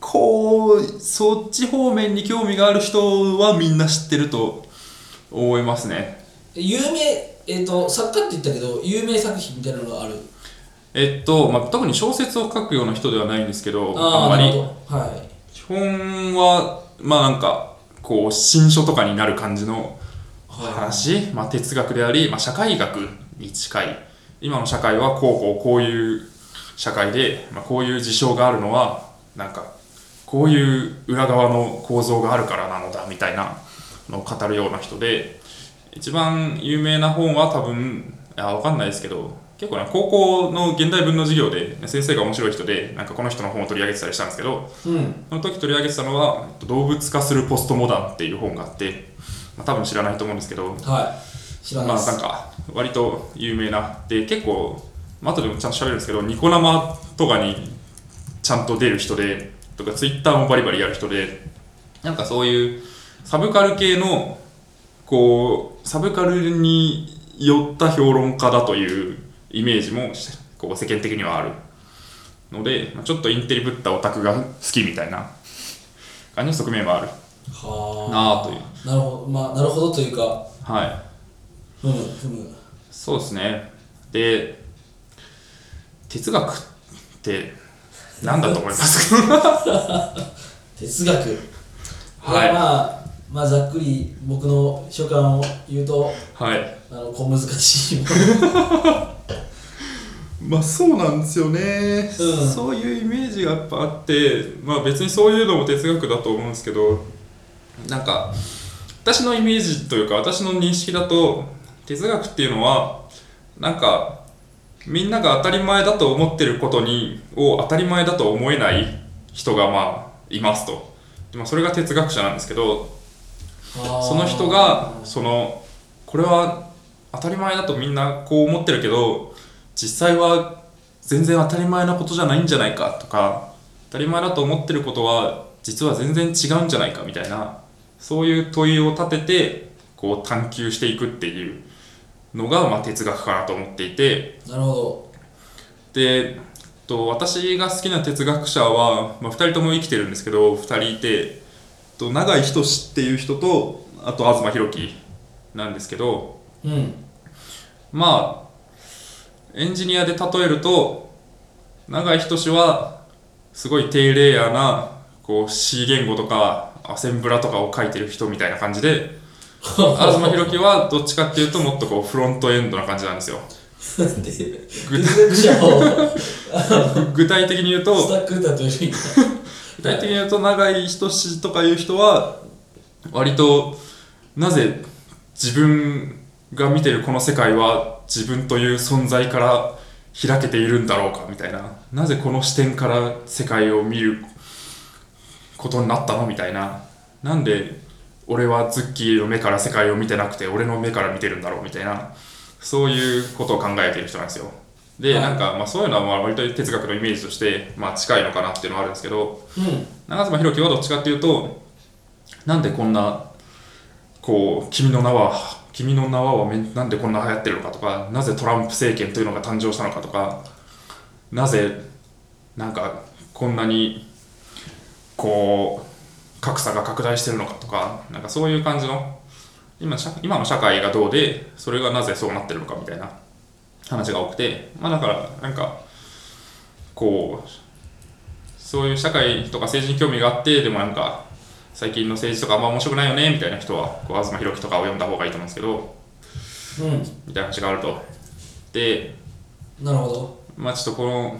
S2: 構そっち方面に興味がある人はみんな知ってると思いますね
S1: 有名えっ、と作家って言ったけど有名作品みたいなのがある
S2: えっと、まあ、特に小説を書くような人ではないんですけどあん
S1: ー
S2: ま
S1: な
S2: り
S1: るほどはい
S2: 基本はまあなんかこう新書とかになる感じの話、まあ、哲学であり、まあ、社会学に近い今の社会はこうこうこういう社会で、まあ、こういう事象があるのはなんかこういう裏側の構造があるからなのだみたいなのを語るような人で一番有名な本は多分いやわかんないですけど結構ね高校の現代文の授業で先生が面白い人でなんかこの人の本を取り上げてたりしたんですけど
S1: うん
S2: その時取り上げてたのは「動物化するポストモダン」っていう本があって、まあ、多分知らないと思うんですけど
S1: はい知ら
S2: まあ
S1: ないで
S2: な
S1: す、
S2: んか割と有名なで結構まあ後でもちゃんと喋るんですけどニコ生とかにちゃんと出る人でとかツイッターもバリバリやる人でなんかそういうサブカル系のこうサブカルに寄った評論家だというイメージもしこう世間的にはあるので、まあ、ちょっとインテリぶったオタクが好きみたいな感じの側面もある
S1: は
S2: なあという
S1: なるほどまあなるほどというか
S2: はい
S1: ふむふむ
S2: そうですね。で、哲学って何だと思います か
S1: 哲学
S2: はい
S1: まあまあざっくり僕の所感を言うと
S2: はい。
S1: あの小難 しいも
S2: まあそうなんですよね、
S1: うん
S2: そういうイメージがやっぱあって、まあ別にそういうのも哲学だと思うんですけど、なんか、私のイメージというか私の認識だと、哲学っていうのは、なんか、みんなが当たり前だと思ってることにを当たり前だと思えない人がまあいますと、まあ、それが哲学者なんですけどそ
S3: そ
S2: の人がそのこれは当たり前だとみんなこう思ってるけど実際は全然当たり前なことじゃないんじゃないかとか当たり前だと思ってることは実は全然違うんじゃないかみたいなそういう問いを立ててこう探求していくっていうのがまあ哲学かなと思っていて。
S1: なるほ
S2: でえっと私が好きな哲学者は、まあ、2人とも生きてるんですけど2人いてえっと永井仁っていう人とあと東博樹なんですけど
S1: どうん
S2: まあエンジニアで例えると永井仁はすごい低レイヤーなこう C 言語とかアセンブラとかを書いてる人みたいな感じで東博樹はどっちかっていうともっとこうフロントエンドな感じなんですよ。
S1: なんで
S2: 具
S1: 哲学者を
S2: 具体的に言うと
S1: スタックだという意味
S2: 具体的に言うと長井仁とかいう人は割となぜ自分が見てるこの世界は自分という存在から開けているんだろうかみたいななぜこの視点から世界を見ることになったのみたいななんで俺はズッキーの目から世界を見てなくて俺の目から見てるんだろうみたいなそういうことを考えてる人なんですよで
S1: はい
S2: なんかまあそういうのはまあ割と哲学のイメージとしてまあ近いのかなっていうのはあるんですけど
S1: うん
S2: 長妻弘樹はどっちかっていうとなんでこんなこう君の名は君の名はめなんでこんな流行ってるのかとかなぜトランプ政権というのが誕生したのかとかなぜなんかこんなにこう格差が拡大してるのかとかなんかそういう感じの今社今の社会がどうでそれがなぜそうなってるのかみたいな話が多くてまあだからなんかこうそういう社会とか政治に興味があってでもなんか最近の政治とかあんま面白くないよねみたいな人はこう東博樹とかを読んだ方がいいと思うんですけど
S1: うん
S2: みたいな話があるとで
S1: なるほど
S2: まあちょっとこの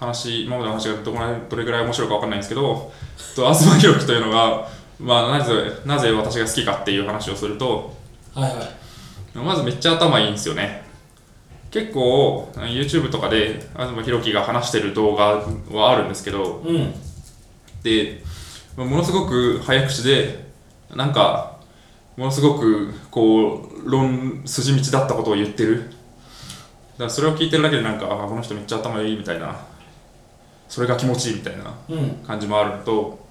S2: 話今までの話がどこらどれぐらい面白いか分かんないんですけどと東博樹というのが、まあ、なぜなぜ私が好きかっていう話をすると
S1: はいはい
S2: まずめっちゃ頭いいんですよね結構 YouTube とかで東博樹が話してる動画はあるんですけど
S1: うん
S2: でまあものすごく早口でなんかものすごくこう論筋道だったことを言ってるだからそれを聞いてるだけでなんかあこの人めっちゃ頭いいみたいなそれが気持ちいいみたいな
S1: うん
S2: 感じもあるのと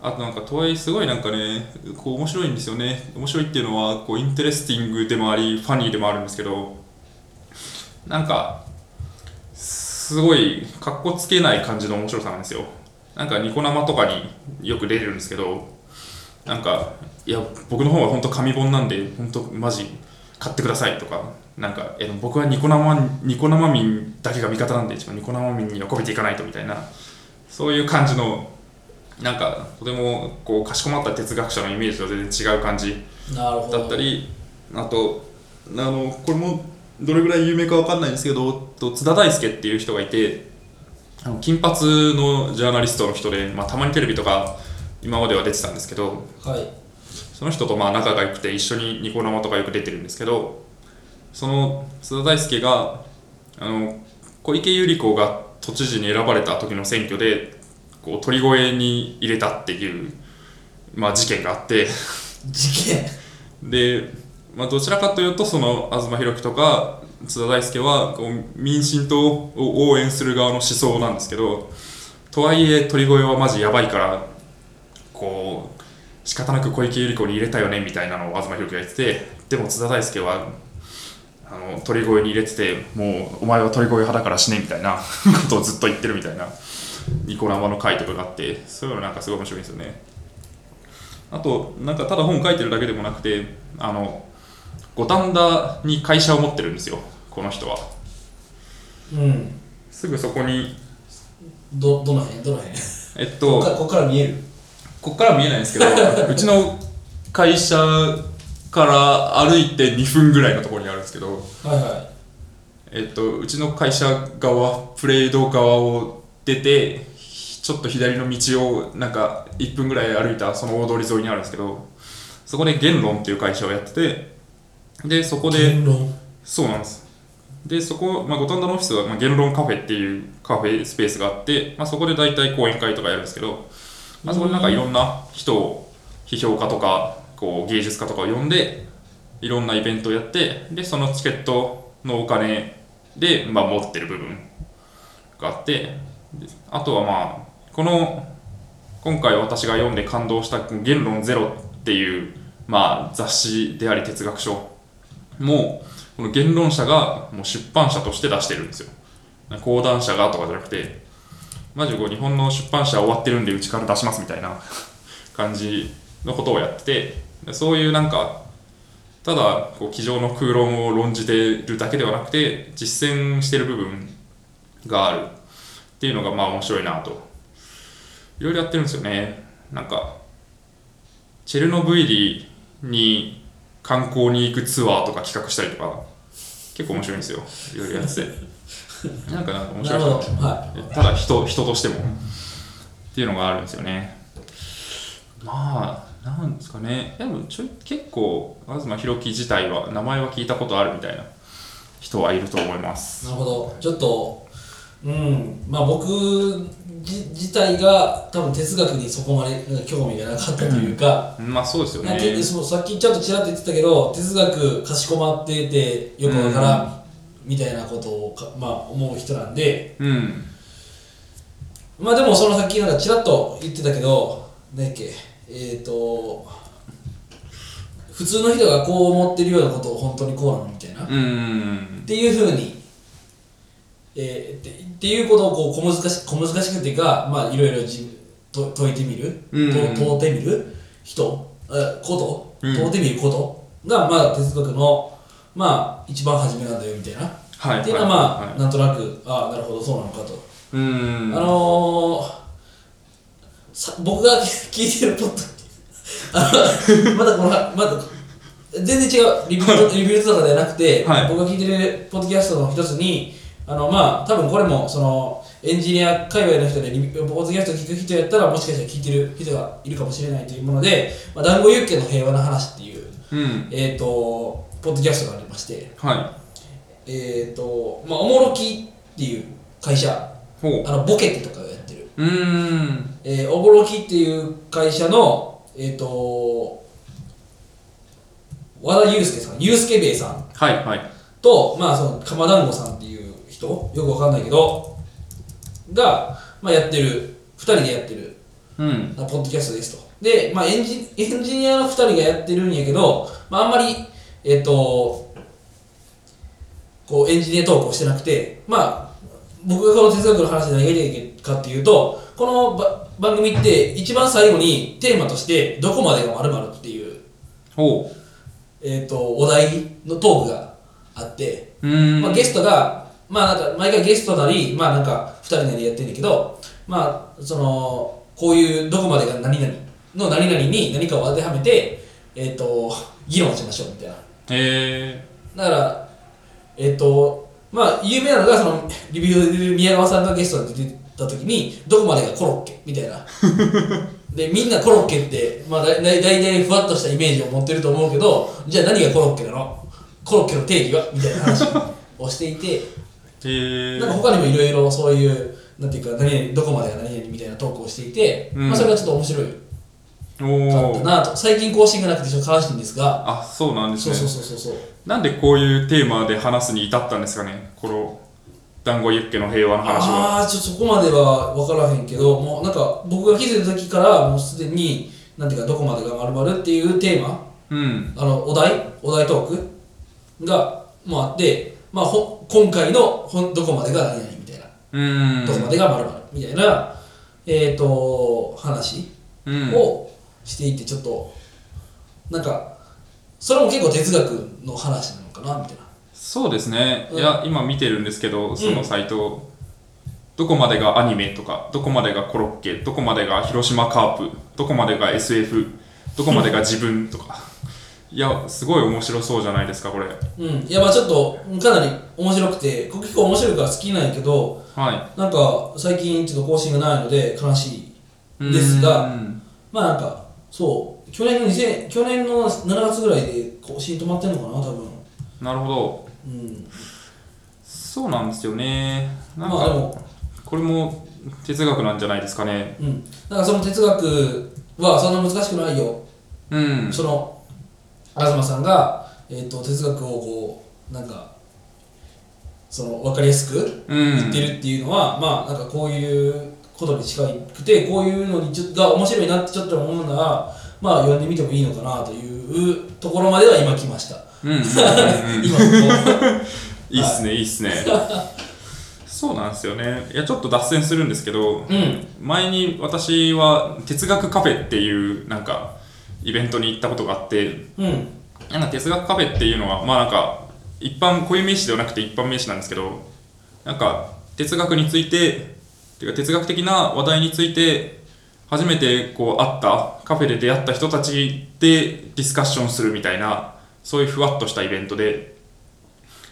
S2: あとなんかとはいえすごいなんかねこう面白いんですよね面白いっていうのはこうインテレスティングでもありファニーでもあるんですけどなんかすごいかっこつけない感じの面白さなんですよなんかニコ生とかによく出てるんですけどなんかいや僕の方は本当紙本なんで本当マジ買ってくださいとかなんかえ僕はニコ生ニコ生民だけが味方なんで一番ニコ生民にはこびていかないとみたいなそういう感じのなんかとてもこうかしこまった哲学者のイメージと全然違う感じ
S1: なるほど
S2: だったりあとあのこれもどれぐらい有名かわかんないんですけどと津田大介っていう人がいてあの金髪のジャーナリストの人で、まあ、たまにテレビとか今までは出てたんですけど
S1: はい
S2: その人とまあ仲が良くて一緒にニコ生とかよく出てるんですけどその須田大輔があの小池百合子が都知事に選ばれた時の選挙でこう鳥越に入れたっていう、まあ、事件があって
S1: 事件
S2: で、まあ、どちらかというとその東博樹とか津田大輔はこう民進党を応援する側の思想なんですけどとはいえ鳥越はマジやばいからこう仕方なく小池百合子に入れたよねみたいなのを東博樹が言っててでも津田大輔はあの鳥越に入れててもうお前は鳥越派だから死ねみたいなことをずっと言ってるみたいなニコ生の回とかがあってそういうのなんかすごい面白いんですよね。あと、なんかただ本書いてるだけでもなくて、あの、五反田に会社を持ってるんですよ、この人は。
S1: うん
S2: すぐそこに、
S1: どどの辺どの辺
S2: えっ
S1: ことっか、らこっから見える
S2: ここから見えないんですけど、 うちの会社から歩いて2分ぐらいのところにあるんですけど、
S1: はいは
S2: えっと、うちの会社側、プレイド側を出て、ちょっと左の道をなんか1分ぐらい歩いたその大通り沿いにあるんですけど、そこで言論っていう会社をやってて、で、そこ
S1: い
S2: で、
S1: 言論
S2: そうなんです。でそこ、まあ、五反田のオフィスは、まあ、言論カフェっていうカフェスペースがあって、まあ、そこで大体講演会とかやるんですけど、まあ、そこでなんかいろんな人を批評家とかこう芸術家とかを呼んでいろんなイベントをやってでそのチケットのお金で、まあ、持ってる部分があってであとはまあこの今回私が読んで感動した「言論ゼロ」っていう、まあ、雑誌であり哲学書もこの言論者がもう出版社として出してるんですよ講談社がとかじゃなくてマジでこう日本の出版社終わってるんでうちから出しますみたいな感じのことをやっててでそういうなんかただこう机上の空論を論じてるだけではなくて実践してる部分があるっていうのがまあ面白いなといろいろやってるんですよねなんかチェルノブイリに観光に行くツアーとか企画したりとか結構面白いんですよいろいろやっててなんかなんか面
S1: な
S2: 白い
S1: るほ
S2: 人だ
S1: ど
S2: な
S1: は
S2: ただ人人としてもっていうのがあるんですよねまあなんですかねでもちょい結構東博樹自体は名前は聞いたことあるみたいな人はいると思います
S1: いなるほどちょっとうんまあ僕じ自体が多分哲学にそこまでうん興味がなかったというか、
S2: まあそうですよ
S1: なんて言う
S2: ね
S1: んでそうさっきちょっとちらっと言ってたけど哲学かしこまっててよくわからん、みたいなことをか、まあ、思う人なんで
S2: うん
S1: まあでもそのさっきなんかちらっと言ってたけど何やっけえっ、と普通の人がこう思ってるようなことを本当にこうなのみたいな、っ
S2: うん
S1: ていうふうに、えーってっていうことをこう小難し小難しくっていうかまあいろいろじと解いてみる、
S2: うん
S1: と問うてみる人あこと
S2: うん
S1: 問うてみることがまあ哲学のまあ一番初めなんだよみたいな、
S2: はい
S1: っていうのはまあ、
S2: はい
S1: なんとなくああなるほどそうなのかと。
S2: うん
S1: あのー、さ僕が聞いてるポッドあのまだこのまだ全然違うリビルトリビルトとかではなくて、
S2: はい
S1: 僕が聞いてるポッドキャストの一つにあのまあ多分これもそのエンジニア界隈の人でリビポッドキャスト聞く人やったらもしかしたら聞いてる人がいるかもしれないというもので「まあ、団子ユッケの平和な話」っていう、
S2: うん
S1: えー、とポッドキャストがありまして
S2: は
S1: えっ、とまあおもろきっていう会社
S2: いほ
S1: あのボケてとかをやってる
S2: ううん
S1: えー、おぼろきっていう会社の、えー、と和田祐介さん祐介兵衛さん
S2: はいはい
S1: と、まあ、その釜団子さんっていう人よくわかんないけどが、まあ、やってる2人でやってる
S2: うん
S1: あポッドキャストですとで、まあ、エンジエンジニアの2人がやってるんやけど、まあ、あんまりえっ、とこうエンジニア投稿してなくてまあ僕がこの哲学の話で何が言いたいかっていうとこのば番組って一番最後にテーマとして「どこまでがまるっていう、
S2: ほ
S1: えっとお題のトークがあって
S2: ううん
S1: まあ、ゲストが、まあ、なんか毎回ゲストなり、まあ、なんか2人なりでやってるんだけど、まあ、そのこういうどこまでが何々の何々に何かを当てはめて、えっと議論しましょうみたいな
S2: え
S1: だからえっ、とまあ有名なのがそのリビューで宮川さんがゲストで出てた時にどこまでがコロッケみた いなでみんなコロッケって、まあ、だいだい大体ふわっとしたイメージを持ってると思うけどじゃあ何がコロッケなのコロッケの定義はみたいな話をしていて
S2: ー、え
S1: なんか
S2: ー、
S1: 他にもいろいろそういうなんていうか何々どこまでが何々みたいなトークをしていて、
S2: うん
S1: まあ、それがちょっと面白いか
S2: お
S1: った
S2: お
S1: なと最近更新がなくてちょっと悲しいんですが
S2: あそうなんです
S1: そう
S2: ね
S1: そうそうそうそう
S2: なんでこういうテーマで話すに至ったんですかねこの団子ユッケの平和の話は。
S1: ああーちょそこまでは分からへんけどもうなんか僕が気づいた時からもうすでになんていうかどこまでがまるっていうテーマ
S2: うん。
S1: あのお題お題トークがもあって、まあ、ほ今回のほんどこまでが何々みたいな、
S2: うん。
S1: どこまでがまるみたいなえっ、と話
S2: うん。
S1: をしていてちょっとなんかそれも結構哲学の話なのかなみたいな
S2: そうですね。
S1: うん
S2: いや、今見てるんですけど、そのサイト、どこまでがアニメとか、どこまでがコロッケ、どこまでが広島カープ、どこまでが SF、どこまでが自分と か。いや、すごい面白そうじゃないですか、これ。
S1: うんいやまあちょっとかなり面白くてこれ結構面白いから好きなんやけど
S2: は
S1: なんか最近ちょっと更新がないので悲し
S2: い。
S1: いです
S2: う
S1: が、
S2: ん
S1: まあなんかそう、去年の2000去年の7月ぐらいで更新止まってんのかな、多分
S2: なるほど。
S1: うん、
S2: そうなんですよね。なんか、
S1: まあでも
S2: これも哲学なんじゃないですかね。
S1: うん、なんかその哲学はそんな難しくないよ、
S2: うん。
S1: その東さんが、えー、と哲学をこうなんかその分かりやすく
S2: うん。
S1: 言ってるっていうのは、まあなんかこういうことに近くてこういうのにちょっとが面白いなってちょっと思うならまあ読んでみてもいいのかなというところまでは今来ました、
S2: うん。うんうんうん
S1: 今ここ
S2: いいっすね、いいっすね。そうなんですよね。いや、ちょっと脱線するんですけど、
S1: うん
S2: 前に私は哲学カフェっていう、なんか、イベントに行ったことがあって、
S1: うん
S2: なんか哲学カフェっていうのは、まあなんか、一般、固有名詞ではなくて一般名詞なんですけど、なんか、哲学について、ていうか哲学的な話題について、初めてこう会った、カフェで出会った人たちでディスカッションするみたいな、そういうふわっとしたイベントで、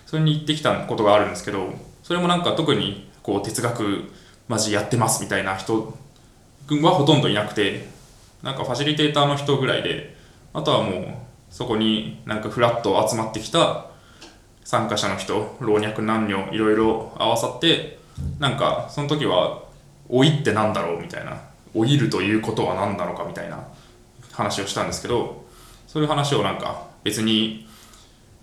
S2: それに行ってきたことがあるんですけど、それもなんか特にこう哲学マジやってますみたいな人はほとんどいなくて、なんかファシリテーターの人ぐらいで、あとはもうそこになんかフラッと集まってきた参加者の人老若男女いろいろ合わさってなんかその時は「老いってなんだろう?」みたいな「老いるということは何なのか?」みたいな話をしたんですけどそういう話をなんか別に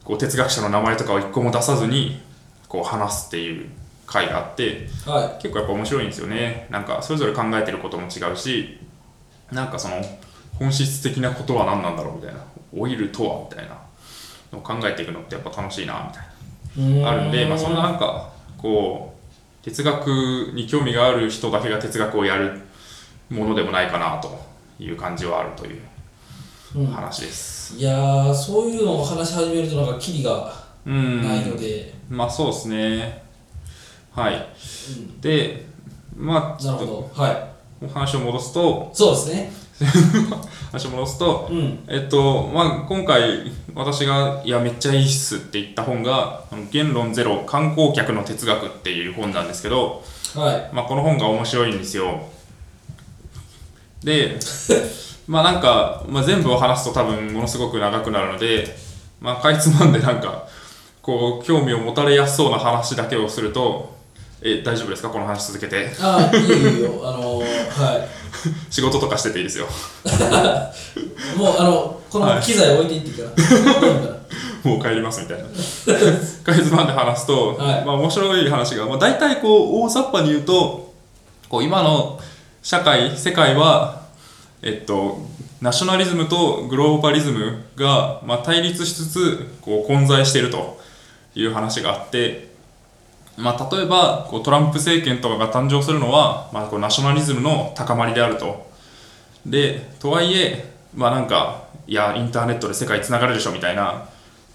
S2: こう哲学者の名前とかを一個も出さずにこう話すっていう会があって
S1: は
S2: 結構やっぱ面白いんですよねなんかそれぞれ考えてることも違うしなんかその本質的なことは何なんだろうみたいなオイルとはみたいなのを考えていくのってやっぱ楽しいなみたい
S1: いうん
S2: なあるんで、まあ、そんななんかこう哲学に興味がある人だけが哲学をやるものでもないかなという感じはあるという
S1: うん
S2: 話です
S1: いやーそういうのを話し始めるとなんかキリが
S2: うん
S1: ないので、
S2: まあそうですねはい
S1: うん
S2: でまあち
S1: な
S2: ょ
S1: る
S2: っ
S1: ほ
S2: と
S1: どは
S2: お話を戻すと
S1: いそうですね
S2: 話を戻すと
S1: うん
S2: えっとまあ、今回私が「いやめっちゃいいっす」って言った本が「あの言論ゼロ観光客の哲学」っていう本なんですけど、
S1: はい
S2: まあ、この本が面白いんですよでまあなんか、まあ、全部を話すと多分ものすごく長くなるので、まあ、かいつまんでなんかこう興味を持たれやすそうな話だけをすると「え大丈夫ですかこの話続けて
S1: ああいいよいいよあのー、は
S2: 仕事とかしてていいですよ
S1: いもうあのこ
S2: は
S1: の
S2: い
S1: 機材置いていっていいから、いいから
S2: もう帰りますみたいな。かいつまんで話すと、
S1: はい
S2: まあ面白い話が、まあ、大体こう大雑把に言うとこう今の社会世界は、えっと、ナショナリズムとグローバリズムが、まあ、対立しつつこう混在しているという話があって、まあ、例えばこうトランプ政権とかが誕生するのは、まあ、こうナショナリズムの高まりであると。でとはいえまあなんかいやインターネットで世界つながるでしょみたいな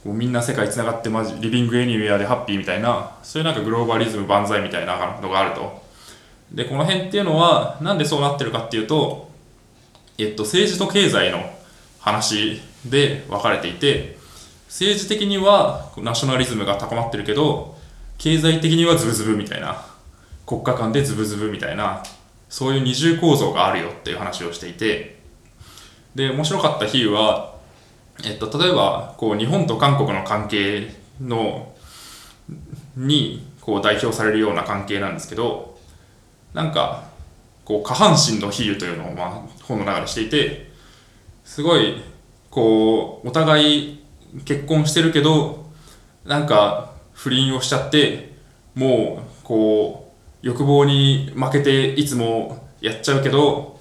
S2: こうみんな世界つながってマジリビングエニウェアでハッピーみたいなそういうなんかグローバリズム万歳みたいなのがあるとでこの辺っていうのはなんでそうなってるかっていうと、えっと、政治と経済の話で分かれていて政治的にはこうナショナリズムが高まってるけど経済的にはズブズブみたいな国家間でズブズブみたいなそういう二重構造があるよっていう話をしていてで面白かった比喩は、えっと、例えばこう日本と韓国の関係のにこう代表されるような関係なんですけどなんかこう下半身の比喩というのを、まあ、本の中でしていてすごいこうお互い結婚してるけどなんか不倫をしちゃってもうこう欲望に負けていつもやっちゃうけど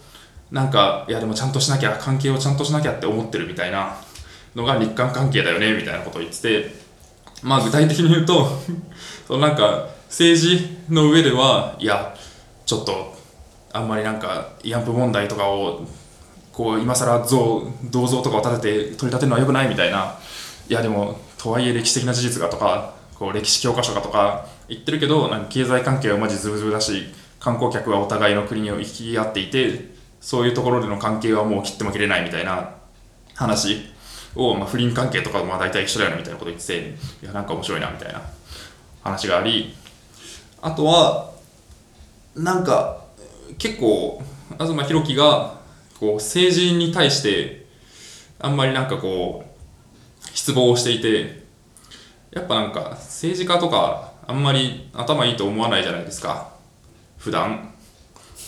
S2: なんかいやでもちゃんとしなきゃ関係をちゃんとしなきゃって思ってるみたいなのが日韓関係だよねみたいなことを言っててまあ具体的に言うと そのなんか政治の上ではいやちょっとあんまりなんか慰安婦問題とかをこう今更像銅像とかを建てて取り立てるのは良くないみたいないやでもとはいえ歴史的な事実がとかこう歴史教科書がとか言ってるけどなんか経済関係はマジズブズブだし観光客はお互いの国を行き合っていてそういうところでの関係はもう切っても切れないみたいな話を、まあ、不倫関係とかとまあ大体一緒だよねみたいなこと言ってていやなんか面白いなみたいな話がありあとはなんか結構東博樹がこう政治に対してあんまりなんかこう失望をしていてやっぱなんか政治家とかあんまり頭いいと思わないじゃないですか普段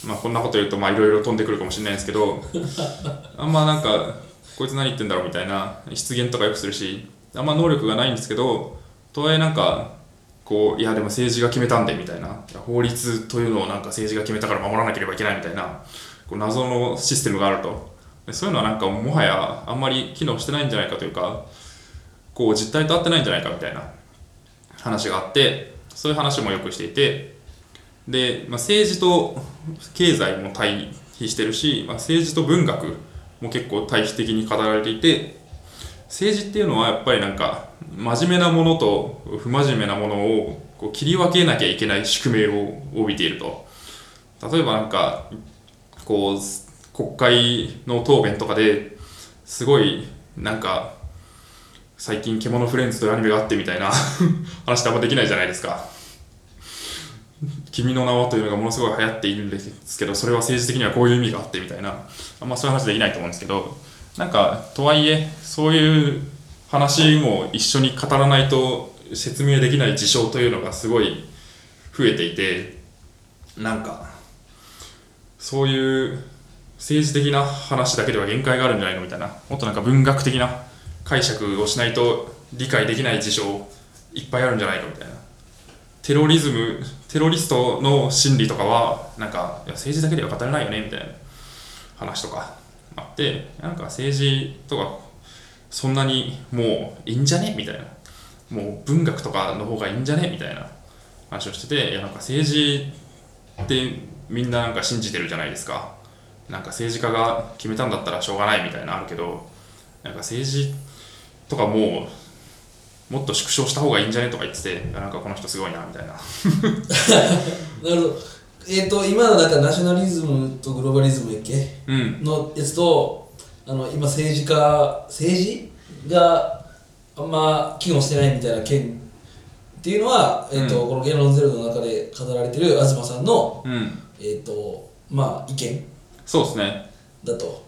S2: まあこんなこと言うとまあいろいろ飛んでくるかもしれないですけどあんまなんかこいつ何言ってんだろうみたいな失言とかよくするしあんま能力がないんですけどとはいえなんかこういやでも政治が決めたんでみたいないや法律というのをなんか政治が決めたから守らなければいけないみたいなこう謎のシステムがあるとでそういうのはなんかもはやあんまり機能してないんじゃないかというかこう実態と合ってないんじゃないかみたいな話があってそういう話もよくしていてで、まあ、政治と経済も対比してるし、まあ、政治と文学も結構対比的に語られていて政治っていうのはやっぱりなんか真面目なものと不真面目なものをこう切り分けなきゃいけない宿命を帯びていると例えばなんかこう国会の答弁とかですごいなんか最近「獣フレンズ」というアニメがあってみたいな 話ってあんまできないじゃないですか「君の名は」というのがものすごい流行っているんですけどそれは政治的にはこういう意味があってみたいなあんまそういう話できないと思うんですけどなんかとはいえそういう話も一緒に語らないと説明できない事象というのがすごい増えていてなんかそういう政治的な話だけでは限界があるんじゃないのみたいなもっとなんか文学的な解釈をしないと理解できない事象いっぱいあるんじゃないかみたいなテロリズムテロリストの心理とかはなんかいや政治だけでは語れないよねみたいな話とかあってなんか政治とかそんなにもういいんじゃねみたいなもう文学とかの方がいいんじゃねみたいな話をしてていやなんか政治ってみんななんか信じてるじゃないですかなんか政治家が決めたんだったらしょうがないみたいなのあるけどなんか政治とかもうもっと縮小した方がいいんじゃねとか言ってていやなんかこの人すごいなみたいな
S1: なるほどえっ、と今のなんかナショナリズムとグローバリズムやっけ
S2: うん
S1: のやつとあの今政治家政治があんま機能してないみたいな件っていうのは、えっと
S2: う
S1: この「言論ゼロ」の中で語られてる東さんの、
S2: うん
S1: えっとまあ、意見
S2: そうですね
S1: だと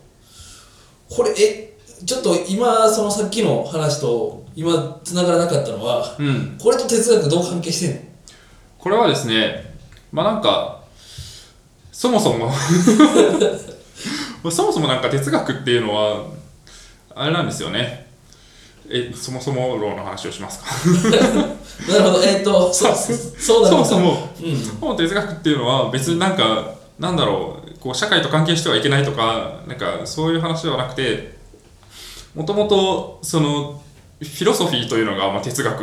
S1: これえちょっと今そのさっきの話と今つながらなかったのは
S2: うん
S1: これと哲学どう関係してんの
S2: これはですねまあなんかそもそも そもそもなんか哲学っていうのはあれなんですよねえそもそも論の話をしますか
S1: なるほどえっ、とそうそう
S2: そ
S1: だろう
S2: もそも
S1: うん
S2: そもそも哲学っていうのは別になんかなんだろうこう社会と関係してはいけないとかなんかそういう話ではなくてもともとそのフィロソフィーというのがまあ哲学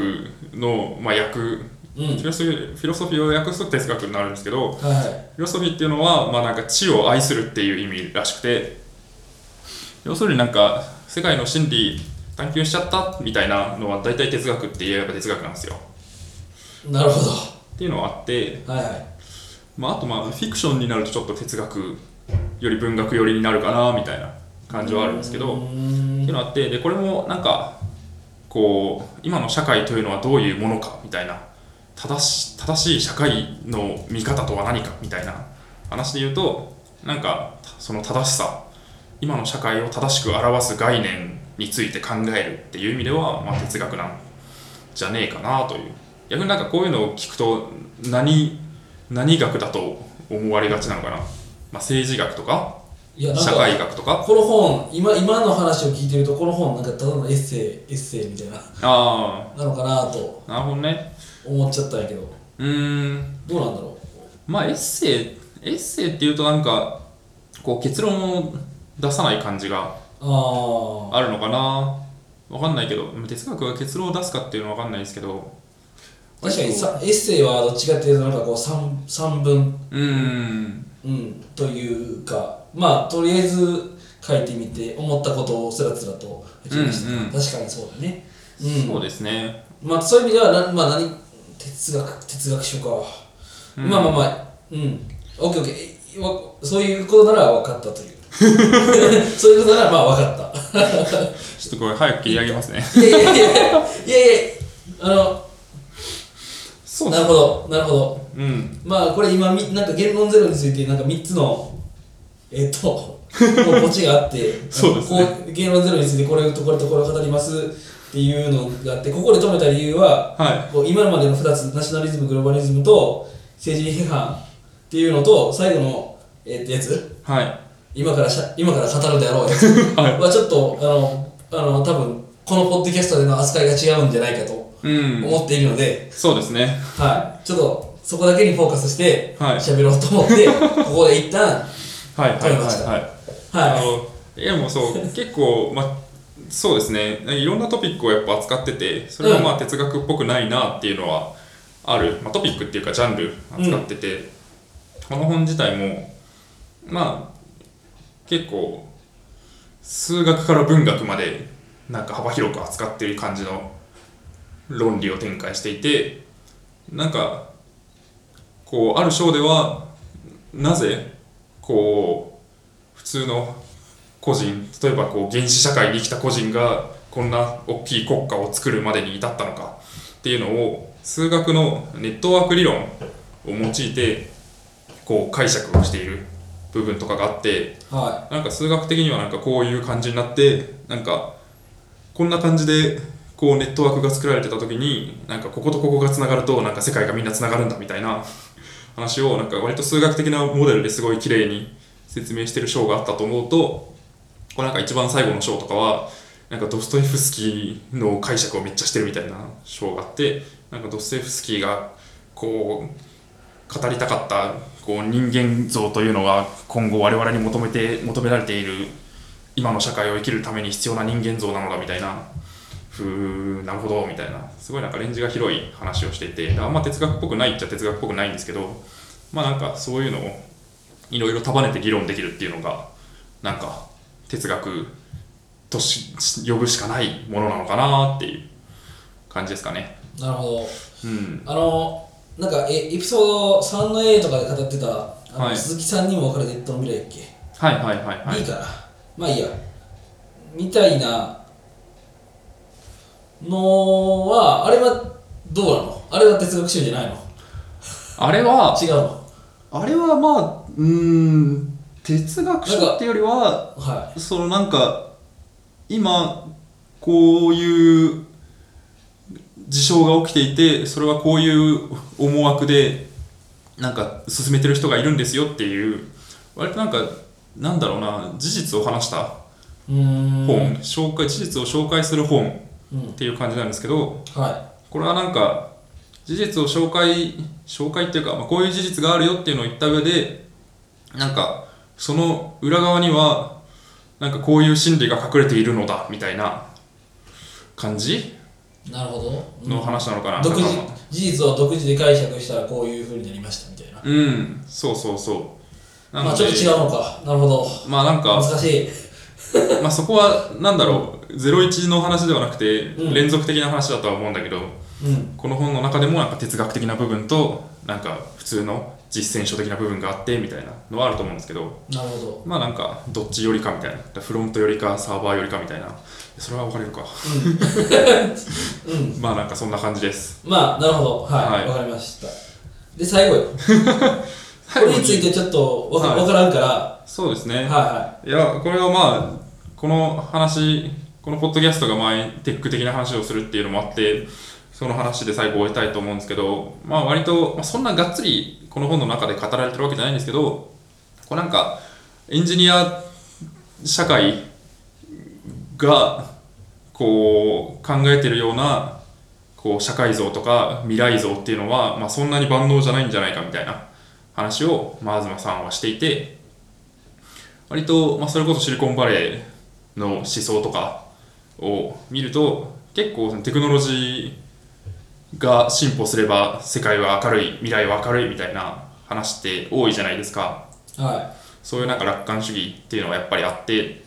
S2: のまあ訳
S1: うん
S2: フィロソフィーフィロソフィーを訳すと哲学になるんですけど、
S1: はいはい
S2: フィロソフィーっていうのは、まあ、なんか知を愛するっていう意味らしくて要するになんか世界の真理探求しちゃったみたいなのは大体哲学って言えば哲学なんですよ
S1: なるほ
S2: っていうのはあって、
S1: どはいはい
S2: まあ、あとまあフィクションになるとちょっと哲学より文学寄りになるかなみたいな感じはあるんですけど
S1: うー
S2: ってい
S1: ん
S2: うのがあってでこれもなんかこう今の社会というのはどういうものかみたいな正し正しい社会の見方とは何かみたいな話で言うとなんかその正しさ今の社会を正しく表す概念について考えるっていう意味では、まあ、哲学なんじゃねえかなという逆になんかこういうのを聞くと何何学だと思われがちなのかな、まあ、政治学とか
S1: いやなんか
S2: 社会学とか
S1: この本今今の話を聞いてるとこの本なんかただのエッセイエッセイみたいな
S2: あ
S1: なのかなと
S2: あなるほどね
S1: 思っちゃったんやけど
S2: うーん
S1: どうなんだろ
S2: まあエッセイエッセイっていうとなんかこう結論を出さない感じが
S1: うああ
S2: あるのかなわかんないけど哲学が結論を出すかっていうのはわかんないですけど
S1: 確かにさエッセイはどっちかっていうとなんかこう三三文、
S2: うーん
S1: うん、というかまあとりあえず書いてみて思ったことをスラスラと書きました、
S2: うんうん
S1: 確かにそうだね、うん、
S2: そうですね
S1: まあそういう意味ではな、まあ、何哲学哲学書か、
S2: うん
S1: まあまあまあうんオッケーオッケーわそういうことなら分かったというそう いうことならまあ分かっ
S2: ちょっとこれ早く切り上げますね
S1: たいやいやいやいやいやあ
S2: そ
S1: の
S2: う
S1: なるほどなるほど
S2: うん
S1: まあこれ今みなんか言論ゼロについてなんか3つのえっ、ともうポチがあって
S2: そうですね
S1: こう言論ゼロについてこれとこれとこれを語りますっていうのがあってここで止めた理由は
S2: は
S1: こう今までの2つナショナリズムグローバリズムと政治批判っていうのと最後の、えーやつ
S2: いはい
S1: 今からしゃ今から語るであろうやつ
S2: はい
S1: はちょっとあのあの多分このポッドキャストでの扱いが違うんじゃないかと
S2: うん
S1: 思っているので、
S2: そうですね
S1: はい、ちょっとそこだけにフォーカスして
S2: はい
S1: 喋ろうと 思って、ここで一旦
S2: はいはいはい
S1: わかりました
S2: はいあ
S1: は
S2: のいやもうそう結構まあそうですねいろんなトピックをやっぱ扱っててそれはまあ哲学っぽくないなっていうのはある、まあ、トピックっていうかジャンル扱ってて、この本自体もまあ結構数学から文学までなんか幅広く扱ってる感じの論理を展開していてなんかこうある章ではなぜこう普通の個人例えばこう原始社会に生きた個人がこんな大きい国家を作るまでに至ったのかっていうのを数学のネットワーク理論を用いてこう解釈をしている部分とかがあって
S1: い、は
S2: なんか数学的にはなんかこういう感じになってなんかこんな感じでこうネットワークが作られてた時になんかこことここがつながるとなんか世界がみんなつながるんだみたいな話をなんか割と数学的なモデルですごい綺麗に説明してる章があったと思うとこれなんか一番最後の章とかはなんかドストエフスキーの解釈をめっちゃしてるみたいな章があってなんかドストエフスキーがこう語りたかったこう人間像というのが今後我々に求めて求められている今の社会を生きるために必要な人間像なのだみたいなふうなるほどみたいなすごいなんかレンジが広い話をしていてあんま哲学っぽくないっちゃ哲学っぽくないんですけどまあなんかそういうのをいろいろ束ねて議論できるっていうのがなんか哲学とし呼ぶしかないものなのかなっていう感じですかね。
S1: い、なるほど
S2: うん、
S1: あのなんかえエピソード3の A とかで語ってたあの、
S2: はい
S1: 鈴木さんにも分かるネットの未来やっけ、、
S2: はいはいはいはいい
S1: い。からまあいいやみたいなのはあれはどうなのあれは哲学集じゃないの
S2: あれは
S1: 違うの
S2: あれはまあうーん哲学書っていうよりは
S1: は
S2: そのなんか今こういう事象が起きていてそれはこういう思惑でなんか進めてる人がいるんですよっていう割となんかなんだろうな事実を話した
S1: いうーん
S2: 本、紹介事実を紹介する本っ
S1: うん
S2: ていう感じなんですけど
S1: は
S2: これはなんか事実を紹介紹介っていうか、まあ、こういう事実があるよっていうのを言った上でなんかその裏側にはなんかこういう心理が隠れているのだみたいな感じ
S1: いなるほど、うん
S2: の話なのかな、
S1: 独
S2: だ
S1: 自
S2: からまあ
S1: 事実を独自で解釈したらこういうふうになりましたみたいな
S2: うんそうそうそうな
S1: まあちょっと違うのかなるほど
S2: まあなんか、
S1: 難しい
S2: まあ、そこはなんだろう01の話ではなくて
S1: うん
S2: 連続的な話だとは思うんだけど、
S1: うん
S2: この本の中でもなんか哲学的な部分となんか普通の実践書的な部分があってみたいなのはあると思うんですけど
S1: なるほど
S2: まあなんかどっち寄りかみたいなフロント寄りかサーバー寄りかみたいなそれは分かれるか
S1: うんうん
S2: まあなんかそんな感じです
S1: まあなるほどは
S2: はい
S1: いわ、かりましたで最後よこれについてちょっとわか,、
S2: はい
S1: からんからは
S2: そうです
S1: い
S2: ね
S1: はい
S2: やこれはまあこの話このポッドキャストが前にテック的な話をするっていうのもあってその話で最後終えたいと思うんですけどまあ割と、まあ、そんながっつりこの本の中で語られてるわけじゃないんですけどこうなんかエンジニア社会がこう考えてるようなこう社会像とか未来像っていうのは、まあ、そんなに万能じゃないんじゃないかみたいな話を、まあ、東さんはしていて割と、まあ、それこそシリコンバレーの思想とかを見ると結構そのテクノロジーが進歩すれば世界は明るい未来は明るいみたいな話って多いじゃないですか。
S1: はい
S2: そういうなんか楽観主義っていうのはやっぱりあって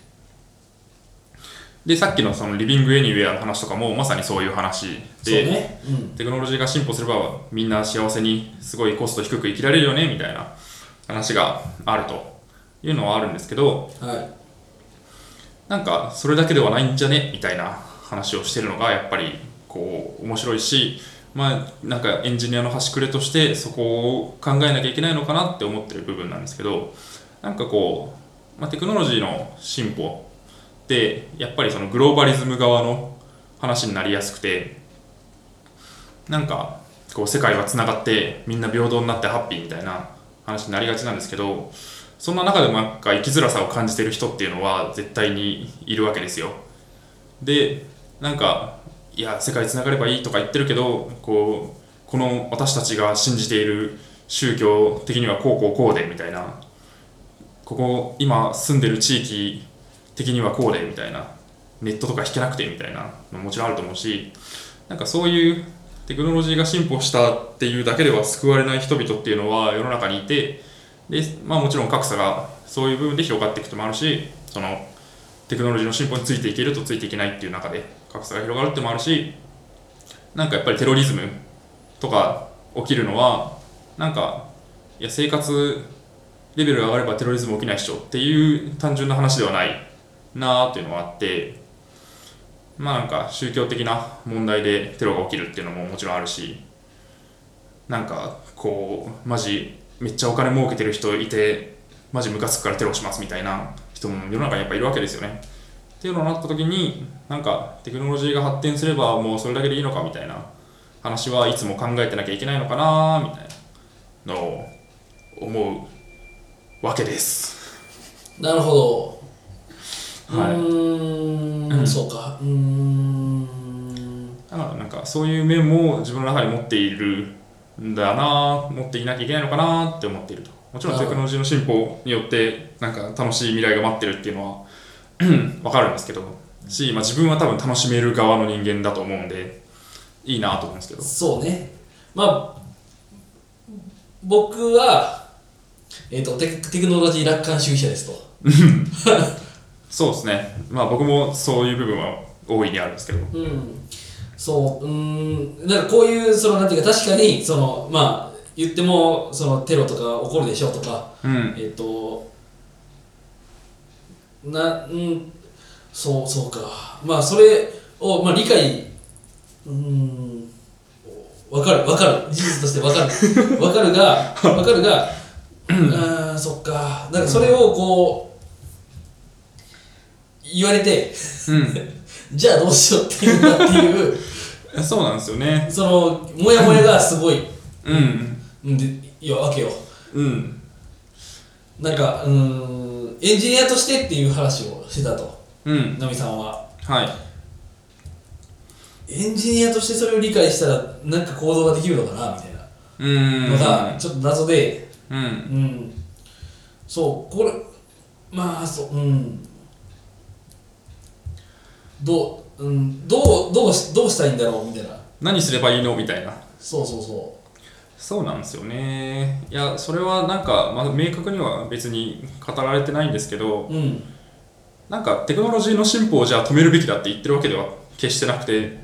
S2: でさっきのそのリビングエニウェアの話とかもまさにそういう話
S1: そう
S2: で、
S1: ねうん
S2: テクノロジーが進歩すればみんな幸せにすごいコスト低く生きられるよねみたいな話があるというのはあるんですけど
S1: はい
S2: なんかそれだけではないんじゃねみたいな話をしてるのがやっぱりこう面白いしまあなんかエンジニアの端くれとしてそこを考えなきゃいけないのかなって思ってる部分なんですけどなんかこう、まあ、テクノロジーの進歩ってやっぱりそのグローバリズム側の話になりやすくてなんかこう世界はつながってみんな平等になってハッピーみたいな話になりがちなんですけどそんな中でもなんか生きづらさを感じてる人っていうのは絶対にいるわけですよでなんかいや世界つながればいいとか言ってるけどこうこの私たちが信じている宗教的にはこうこうこうでみたいなここ今住んでる地域的にはこうでみたいなネットとか引けなくてみたいなのももちろんあると思うしなんかそういうテクノロジーが進歩したっていうだけでは救われない人々っていうのは世の中にいてで、まあ、もちろん格差がそういう部分で広がっていくこともあるしそのテクノロジーの進歩についていけるとついていけないっていう中で格差が広がるってのもあるしなんかやっぱりテロリズムとか起きるのはなんかいや生活レベルが上がればテロリズム起きないっしょっていう単純な話ではないなあっていうのはあってまあなんか宗教的な問題でテロが起きるっていうのももちろんあるしなんかこうマジめっちゃお金儲けてる人いてマジムカつくからテロしますみたいな人も世の中にやっぱいるわけですよねっていうのになった時になんかテクノロジーが発展すればもうそれだけでいいのかみたいな話はいつも考えてなきゃいけないのかなみたいなのを思うわけです
S1: なるほど、
S2: はいう
S1: ー
S2: うんん
S1: そうかうーん
S2: だからなんかそういう面も自分の中に持っているんだな持っていなきゃいけないのかなって思っているともちろんテクノロジーの進歩によってなんか楽しい未来が待ってるっていうのは わかるんですけどし、まあ、自分は多分楽しめる側の人間だと思うんでいいなと思うんですけど
S1: そうねまあ僕は、えっとテクテクノロジー楽観主義者ですと
S2: そうですねまあ僕もそういう部分は大いにあるんですけど
S1: うん、そう、うーん、なんかこういう、そのなんていうか、確かに、そのまあ、言っても、そのテロとか起こるでしょうとか、
S2: うん
S1: えっ、と、な、うん、そう、そうか、まあ、それを、まあ、理解、うーん、わかる、わかる、事実としてわかる、わかるが、わかるが、あーそっか、なんかそれをこう、言われて、じゃあどうしようっていうんだっていう
S2: うんそうなんですよね
S1: そのモヤモヤがすごい
S2: うん
S1: うんでいやわけよ
S2: うん
S1: なんかうーんエンジニアとしてっていう話をしてたと
S2: うん
S1: ナミさんは
S2: はい
S1: エンジニアとしてそれを理解したらなんか行動ができるのかなみたいな
S2: うん
S1: のがちょっと謎で
S2: うん
S1: うんそうこれまあそううんどう、うん、どうどうしどうしたいんだろうみたいな
S2: 何すればいいのみたいな
S1: そうそうそ
S2: そうなんですよねいやそれはなんか、まあ、明確には別に語られてないんですけど
S1: ううん
S2: なんかテクノロジーの進歩をじゃあ止めるべきだって言ってるわけでは決してなくて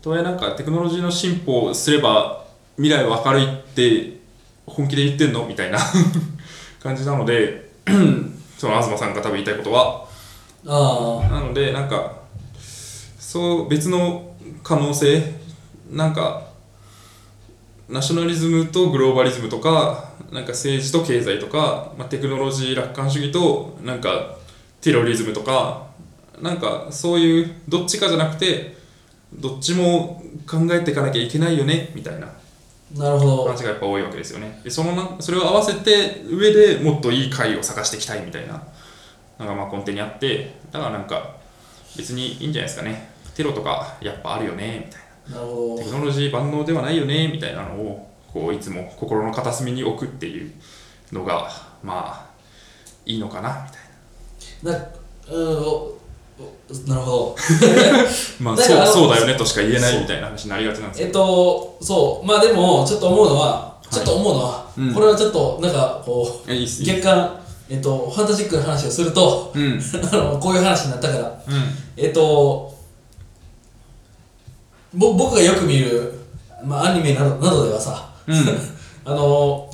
S2: とはいえなんかテクノロジーの進歩をすれば未来は明るいって本気で言ってんのみたいな 感じなので その東さんが多分言いたいことは
S1: ああ
S2: なのでなんかそう別の可能性なんかナショナリズムとグローバリズムとかなんか政治と経済とか、まあ、テクノロジー楽観主義となんかテロリズムとかなんかそういうどっちかじゃなくてどっちも考えていかなきゃいけないよねみたいな
S1: なるほど
S2: 話がやっぱ多いわけですよねでそのなそれを合わせて上でもっといい回を探していきたいみたいなのがまあ根底にあってだからなんか別にいいんじゃないですかねテロとかやっぱあるよねみたい
S1: なるほ
S2: なテ
S1: ど
S2: クノロジー万能ではないよねみたいなのをこういつも心の片隅に置くっていうのがまあいいのかなみたい
S1: なうんおおなるほど
S2: なまあ
S1: だ
S2: そ
S1: から
S2: うそうだよねとしか言えないみたいな話になりがちなんです
S1: え
S2: け
S1: っ
S2: ど、
S1: とそうまあでもちょっと思うのはちょっと思うのは、
S2: うん
S1: これはちょっとなんかこ
S2: えいいっ
S1: う
S2: すいいっ
S1: 月間えっとファンタジックな話をすると
S2: すうんうん
S1: あのこういう話になったからえっとぼ僕がよく見る、まあ、アニメなどなどではさ
S2: うん
S1: あの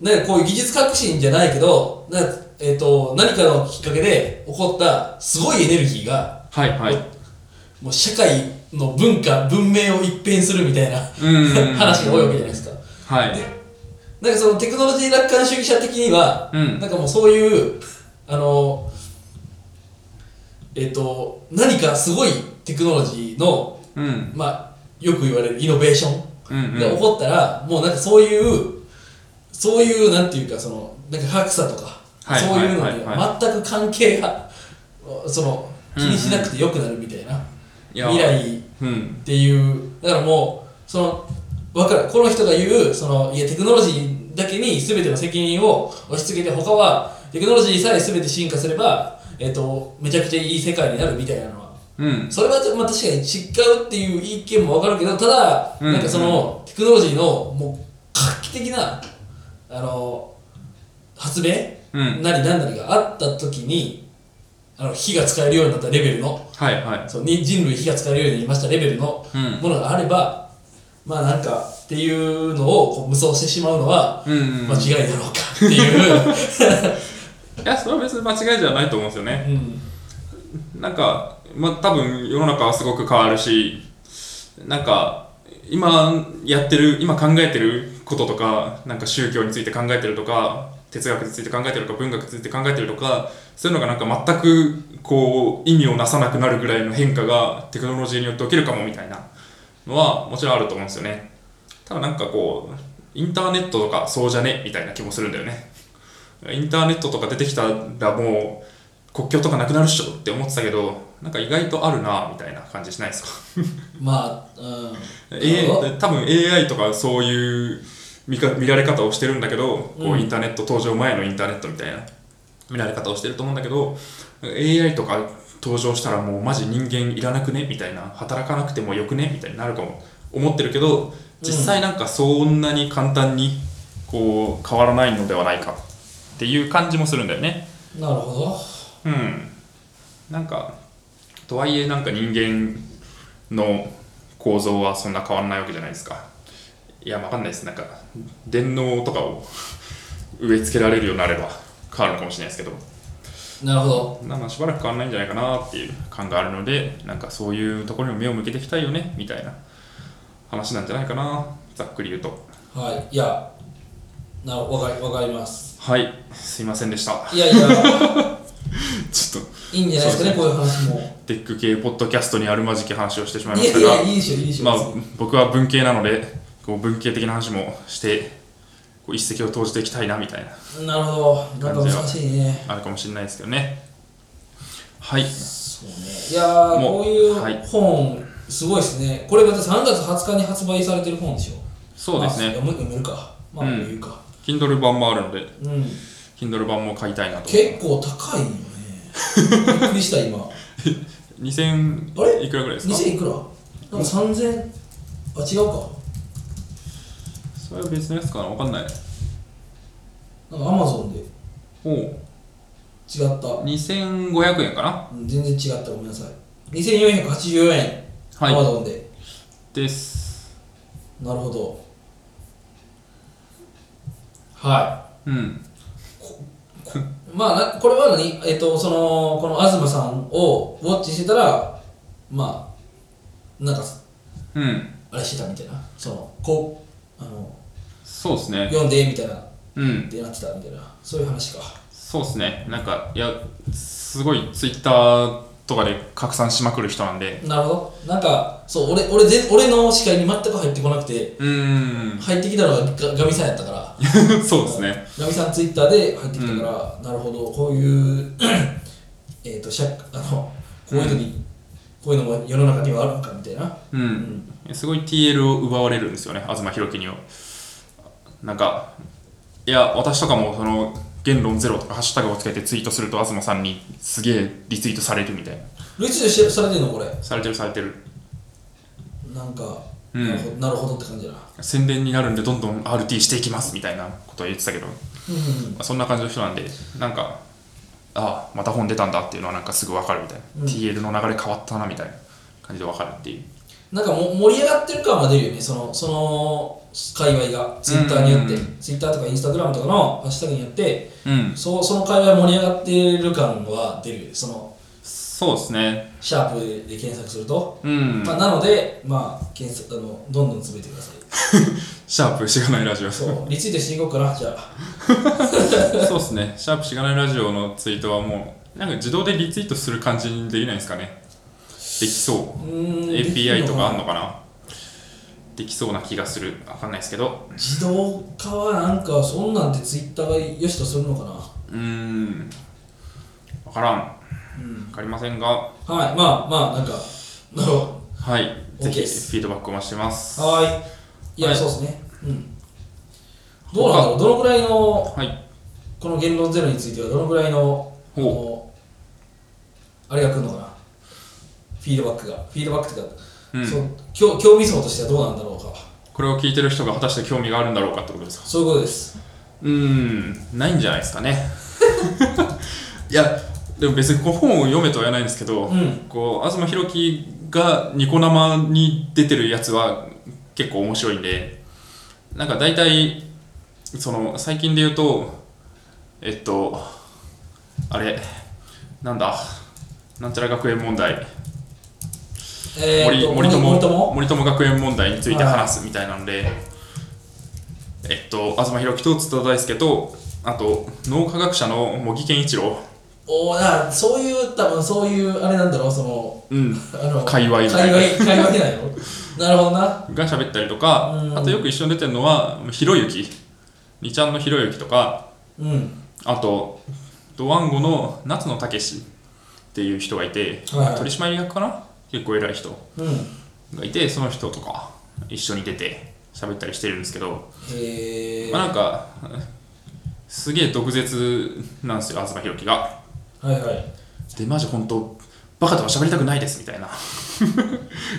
S1: なんかこういう技術革新じゃないけどなんかえっと何かのきっかけで起こったすごいエネルギーが
S2: はいはい
S1: もう社会の文化文明を一変するみたいな
S2: うん
S1: 話が多いわけじゃないですか
S2: はい
S1: なんかそのテクノロジー楽観主義者的には、
S2: うん
S1: なんかもうそういうあのえっと、何かすごいテクノロジーの、
S2: うん
S1: まあ、よく言われるイノベーション
S2: うん
S1: が起こったら、もうなんかそういうそういうなんていうかそのなんか格差とか、
S2: はい
S1: そういうのに
S2: はいはいは
S1: は全く関係がその気にしなくてよくなるみたいな、
S2: いや
S1: 未来っ
S2: うん
S1: ていうだからもうその分かるこの人が言うそのいやテクノロジーだけに全ての責任を押し付けて他はテクノロジーさえ全て進化すれば、えっとめちゃくちゃいい世界になるみたいなのは
S2: うん
S1: それは、まあ、確かに違うっていう意見も分かるけどただ、
S2: うん
S1: なんかそのテクノロジーのもう画期的なあの発明
S2: うん
S1: なり何なりがあった時にあの火が使えるようになったレベルの
S2: はいはい
S1: そうに人類火が使えるようになりましたレベルの
S2: うん
S1: ものがあれば、まあなんかっていうのをこう無双してしまうのは
S2: うんうん
S1: 間違いだろうかっていう、
S2: いやそれは別に間違いじゃないと思うんですよね
S1: うん
S2: なんか、まあ、多分世の中はすごく変わるし、なんか、今やってる、今考えてることとか、なんか宗教について考えてるとか、哲学について考えてるとか、文学について考えてるとか、そういうのがなんか全くこう意味をなさなくなるぐらいの変化がテクノロジーによって起きるかもみたいなのはもちろんあると思うんですよね。ただなんかこう、インターネットとかそうじゃねみたいな気もするんだよね。インターネットとか出てきたらもう国境とかなくなるっしょって思ってたけどなんか意外とあるなみたいな感じしないですか
S1: まあ、うん、
S2: A
S1: そう
S2: 多分 AI とかそういう見か見られ方をしてるんだけどこ
S1: う
S2: うんインターネット登場前のインターネットみたいな見られ方をしてると思うんだけど AI とか登場したらもうマジ人間いらなくねみたいな働かなくてもよくねみたいになるかも思ってるけど実際なんかそんなに簡単にこう変わらないのではないかっていう感じもするんだよね。
S1: なるほど。
S2: うんなんかとはいえなんか人間の構造はそんな変わらないわけじゃないですかいやわかんないですなんか電脳とかを 植え付けられるようになれば変わるかもしれないですけど
S1: なるほど。
S2: なまあしばらく変わらないんじゃないかなっていう感があるのでなんかそういうところにも目を向けていきたいよねみたいな話なんじゃないかなざっくり言うと
S1: はい、いや、なわかりわかります。
S2: はいすいませんでした
S1: いやいや、
S2: ちょっと
S1: いいんじゃないですかね、こういう話も。
S2: テック系ポッドキャストにあるまじき話をしてしまいま
S1: い
S2: した
S1: や
S2: が
S1: いや、いいでしょ、いいでしょ。
S2: まあ
S1: 別に、
S2: 僕は文系なのでこう文系的な話もしてこう一石を投じていきたいなみたいな
S1: なるほど、なんか難しいね。
S2: あるかもしれないですけどねはい
S1: そうね。いやー、
S2: もう
S1: こういう
S2: はい
S1: 本、すごいですね。これまた3月20日に発売されてる本でしょ。
S2: そうです
S1: まあ
S2: ね
S1: 読む読めるか。まあ、
S2: うん
S1: 言うか。
S2: Kindle 版もあるので
S1: うん。
S2: Kindle 版も買いたいなと
S1: 結構高いよね。びっくりした、 今。あ
S2: 2000
S1: れ
S2: いくらぐらいですか
S1: 2000いくらなんか3000、あ、違うか。
S2: それは別のやつかなわかんない
S1: なんかアマゾンで違
S2: おう
S1: った。
S2: 2500円かな
S1: うん全然違ったごめんなさい2484円
S2: はい
S1: Amazon で
S2: です
S1: なるほどは
S2: うん
S1: いまあなこれは何えっ、とそのこの東さんをウォッチしてたらまあなんか
S2: うん
S1: あれしてたみたいなそのこうあの
S2: そうですね
S1: 読んでみたいなっ
S2: うん
S1: てなってたみたいなそういう話か
S2: そうですねなんかいやすごい Twitter とかで拡散しまくる人なんで
S1: なるほどなんかそう俺俺全俺の視界に全く入ってこなくて
S2: うーん
S1: 入ってきたのがガガミさんやったから
S2: そうですね。
S1: ナミさんツイッターで入ってきたから、なるほどこういう えっとしゃあのこういうのに、こういうのも世の中にはあるのかみたいな
S2: うん。すごい TL を奪われるんですよね、東博樹には。なんか、いや、私とかも、その、言論ゼロとかハッシュタグをつけてツイートすると、東さんにすげえリツイートされるみたいな。
S1: ルイツでされてるのこれ
S2: されてるされてる。
S1: なんか、
S2: うん
S1: なるほどなるほどって感じだな
S2: 宣伝になるんで、どんどん RT していきますみたいなことを言ってたけど、ま
S1: うんうん
S2: あそんな感じの人なんで、なんか、ああ、また本出たんだっていうのはなんかすぐわかるみたいな。
S1: うん
S2: TL の流れ変わったなみたいな感じでわかるっていう。
S1: なんかも盛り上がってる感は出るよねそのその界隈がツイッターによって、
S2: うん
S1: ツイッターとかインスタグラムとかのハッシュタグによって
S2: うん。
S1: そうその界隈盛り上がってる感は出るよねその
S2: そうですね。
S1: シャープで検索すると、
S2: うん。
S1: まあ、なのでまあ検索あのどんどん詰めてください
S2: シャープしがないラジオ。
S1: そう、リツイートしていこうかな、じゃあ。
S2: そうですね、シャープしがないラジオのツイートはもうなんか自動でリツイートする感じにできないんですかねできそうう
S1: ーん
S2: API とかあんの
S1: できる
S2: かなできそうな気がするわかんないですけど
S1: な自動化はなんかそんなんてツイッターが良しとするのかな
S2: うーんわからんわ
S1: うん
S2: かりませんが
S1: はいまあまあなんかなるほど
S2: はいぜ
S1: OK
S2: ひ
S1: で
S2: フ
S1: す
S2: ィードバックお待ちしてますは
S1: はーいいや、
S2: はい
S1: そうですねうんどうなんだろうどのくらいの
S2: い
S1: この言論ゼロについてはどのくらいの
S2: ほう
S1: このあれが来るのかなフィードバックがフィードバックとか、
S2: うん
S1: そう興興味層としてはどうなんだろうか
S2: これを聞いてる人が果たして興味があるんだろうかってことですか
S1: そういうことです
S2: うーんないんじゃないですかね いやでも別にこう本を読めとは言わないんですけど、
S1: うん
S2: こう東博樹がニコ生に出てるやつは結構面白いんでなんか大体その最近で言うとえっとあれなんだなんちゃら学園問題
S1: えーっ
S2: 森
S1: と
S2: 森友
S1: 森友
S2: 森友学園問題について話すみたいなので、えっと、東博樹と津田大輔とあと脳科学者の茂木健一郎、
S1: おーだからそういう多分そういうあれなんだろうその
S2: うん、
S1: あの
S2: 界隈みた
S1: 界
S2: いな
S1: 隈界隈 なのなるほどな
S2: が喋ったりとか、
S1: うん
S2: あとよく一緒に出てるのはひろゆき二ちゃんのひろゆきとか
S1: うん
S2: あとドワンゴの夏野武史っていう人がいて、
S1: はい
S2: 取締役かな結構偉い人
S1: うん
S2: がいてその人とか一緒に出て喋ったりしてるんですけど
S1: へえ
S2: まあなんかすげえ毒舌なんですよ東博樹が
S1: はいはい
S2: でマジ本当バカとは喋りたくないですみたいな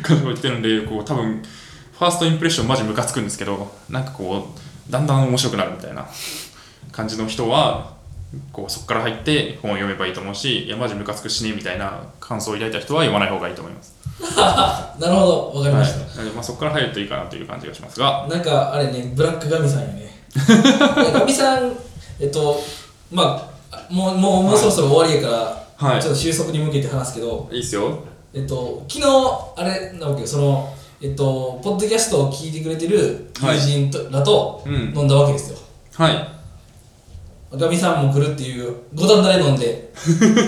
S2: 感じを言ってるんでこう多分ファーストインプレッションマジムカつくんですけどなんかこうだんだん面白くなるみたいな感じの人はこうそこから入って本を読めばいいと思うしいやマジムカつくしねみたいな感想を抱いた人は読まない方がいいと思います
S1: なるほどわかりました、
S2: はいまあ、そこから入るといいかなという感じがしますが
S1: なんかあれね、ブラックガミさんよ ね。ガミさん、えっと、まあ、もうもうもうそろそろ終わりやから、
S2: はい
S1: ちょっと収束に向けて話すけど、
S2: いいっすよ
S1: えっと、昨日、あれなわけよ、その、えっと、ポッドキャストを聞いてくれてる
S2: はい
S1: 友人と、らと
S2: うん
S1: 飲んだわけですよ。
S2: はい
S1: ガミさんも来るっていう、五段だれ飲 んで、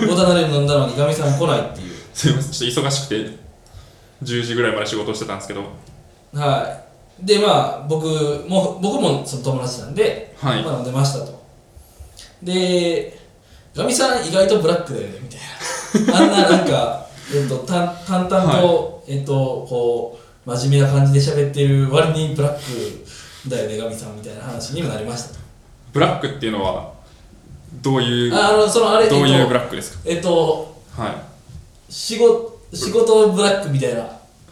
S1: 五段だれ飲んだのにガミさん来ないっていう。
S2: すいません、ちょっと忙しくて、10時ぐらいまで仕事してたんですけど、
S1: はい。で、まあ、僕も、僕もその友達なんで、
S2: はい
S1: まあ、飲んでましたと。で、ガミさん意外とブラックだよね、みたいな。あんななんか、 えっと、たん淡々と、えっと、こう、真面目な感じで喋ってる割にブラックだよね、ガミさんみたいな話にもなりましたと。
S2: ブラックっていうのは、どういう、
S1: ああの、そのあれ、
S2: どう
S1: え
S2: い
S1: っ
S2: う
S1: と
S2: ブラックですか
S1: えっと、
S2: はい。
S1: 仕事、仕事ブラックみたいな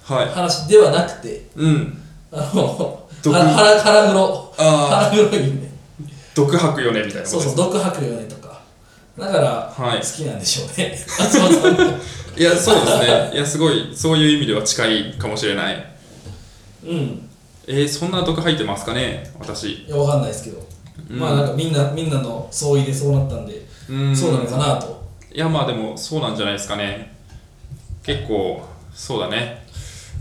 S2: は
S1: 話ではなくて、
S2: い。うん。
S1: あの、
S2: 毒
S1: は腹腹黒。
S2: あ
S1: 腹黒いね。
S2: 毒吐くよねみたいなこ
S1: そ
S2: と
S1: う
S2: です
S1: そう、毒吐くよねとか。だから、
S2: はい
S1: 好きなんでしょうね。 あそうそう
S2: いや、そうですね。いや、すごい、そういう意味では近いかもしれない。
S1: うん。
S2: えー、そんな毒吐いてますかね私。
S1: いや、わかんないですけど。
S2: うん
S1: まあ、なんかみんな、みんなの相違でそうなったんで、
S2: うん
S1: そうなのかなと。
S2: いや、まあでも、そうなんじゃないですかね。結構、そうだね。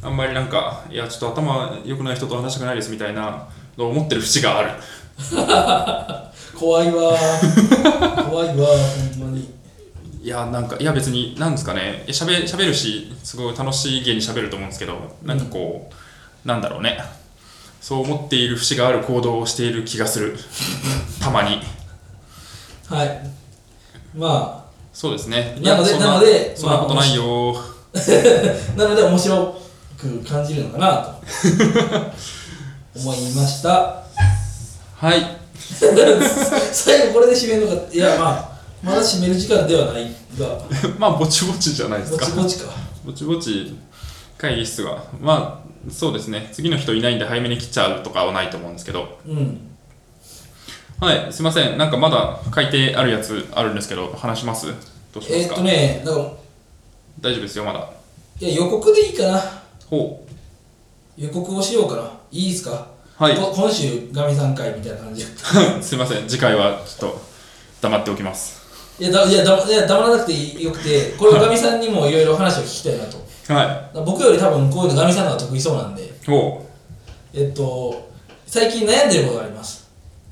S2: あんまりなんか、いや、ちょっと頭良くない人と話したくないですみたいな、思ってる節がある。
S1: 怖いわー。 怖いわー、ほんまに。
S2: いやなんかいや別になんですかねえしゃべしゃべるしすごい楽しい芸にしゃべると思うんですけどなんかこう、なんだろうねそう思っている節がある行動をしている気がするたまに
S1: はい。ま
S2: そうですねい
S1: なので
S2: やそんな
S1: なので
S2: そんなことないよ、
S1: あ、なので面白く感じるの かなと。思いました。
S2: はい
S1: 最後これで締めるのか、いや、まあ、まだ締める時間ではないが、
S2: まあぼちぼちじゃないです
S1: ぼ
S2: か
S1: ちぼちか。
S2: ぼちぼち会議室はまあそうですね次の人いないんで早めに来ちゃうとかはないと思うんですけど
S1: うん。
S2: はいすいませんなんかまだ改定あるやつあるんですけど話しますどうしま
S1: え
S2: す
S1: ーっ
S2: か、
S1: とね、なんか、
S2: 大丈夫ですよまだ
S1: いや、予告でいいかな。
S2: ほう
S1: 予告をしようかな。いいですか
S2: はい
S1: こ今週、ガミさん会みたいな感じ。
S2: すいません次回はちょっと黙っておきます
S1: いや、だいやだいや黙らなくていいよくて、これをガミさんにもいろいろ話を聞きたいなと。
S2: は
S1: 僕より多分こういうのガミさんの方が得意そうなんで、
S2: いほ
S1: えっと、最近悩んでることがあります。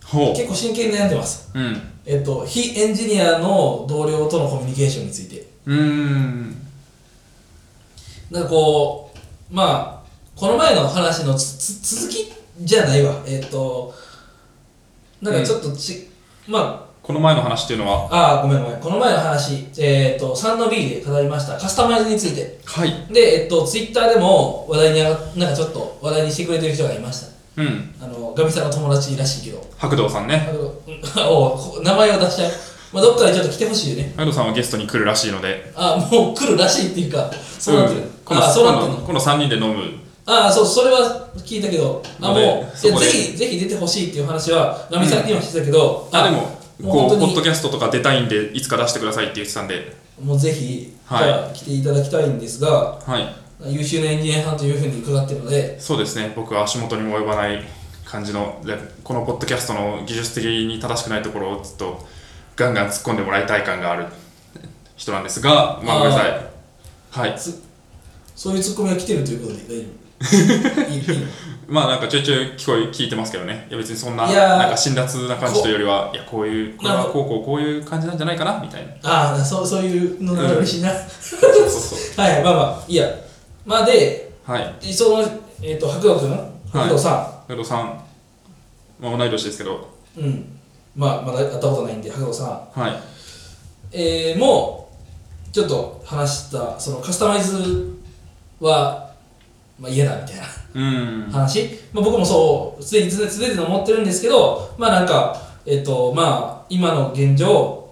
S2: うほ
S1: 結構真剣に悩んでます。
S2: ううん
S1: ええっと、非エンジニアの同僚とのコミュニケーションについて。
S2: うーん
S1: なんかこう、まあ、この前の話のつつ続きじゃないわ。えっと、なんかちょっとち、ま
S2: この前の話っていうの
S1: あ、
S2: は
S1: ああ、ごめんごめん。この前の話、えっと、3の B で語りました。カスタマイズについて。
S2: はい
S1: で、えっと、ツイッターでも話題に上がなんかちょっと話題にしてくれてる人がいました。
S2: うん
S1: あの、ガミさんの友達らしいけど。
S2: 白道さん
S1: あ
S2: ね
S1: のうんおこ名前を出しちゃう。まあ、どっかでちょっと来てほしいよね。
S2: 白道さんはゲストに来るらしいので
S1: あ、もう来るらしいっていうか、そうなってる。
S2: んこの
S1: あ、そうなってるの。
S2: この3人で飲む
S1: ああ、そう、それは聞いたけど、あ、もう、い
S2: ね
S1: や
S2: そ
S1: ぜ
S2: こで
S1: ひ、ぜひ出てほしいっていう話は、ガミさんにはしてたけど、
S2: あでも
S1: もう
S2: こ
S1: 本当
S2: うポッド
S1: に、
S2: キャストとか出たいんでいつか出してくださいって言ってたんで
S1: もうぜひ、
S2: はい
S1: じゃあ来ていただきたいんですが、
S2: はい
S1: 優秀なエンジニアさんというふうに伺ってるので、
S2: そうですね僕は足元にも及ばない感じのでこのポッドキャストの技術的に正しくないところをちょっとガンガン突っ込んでもらいたい感がある人なんですがまあ
S1: あー
S2: ごめんなさいはい
S1: そういうツッコミが来てるということで大丈夫。いいいい
S2: まあなんかちょいちょい聞こえ聞いてますけどねいや別にそんない
S1: やー
S2: なんか辛辣な感じというよりはいやこういうこれ
S1: な
S2: は
S1: んか
S2: こうこうこういう感じなんじゃないかなみたいな
S1: ああ、そうそういうのが嬉しいな。
S2: そうそうそ
S1: はい、まあまあ、いいや。まあで、
S2: うはい
S1: でその、えっ、と、白道くん白道さ
S2: 江戸さん、まあ、同い年ですけど
S1: ん、うん。まあ、まだ会ったことないんで、白道さん。
S2: はい
S1: えー、もうちょっと話したそのカスタマイズは、まあ、嫌だみたいな
S2: うん
S1: 話、まあ、僕もそうすでに常々常々思ってるんですけどまあなんかえっ、とまあ今の現状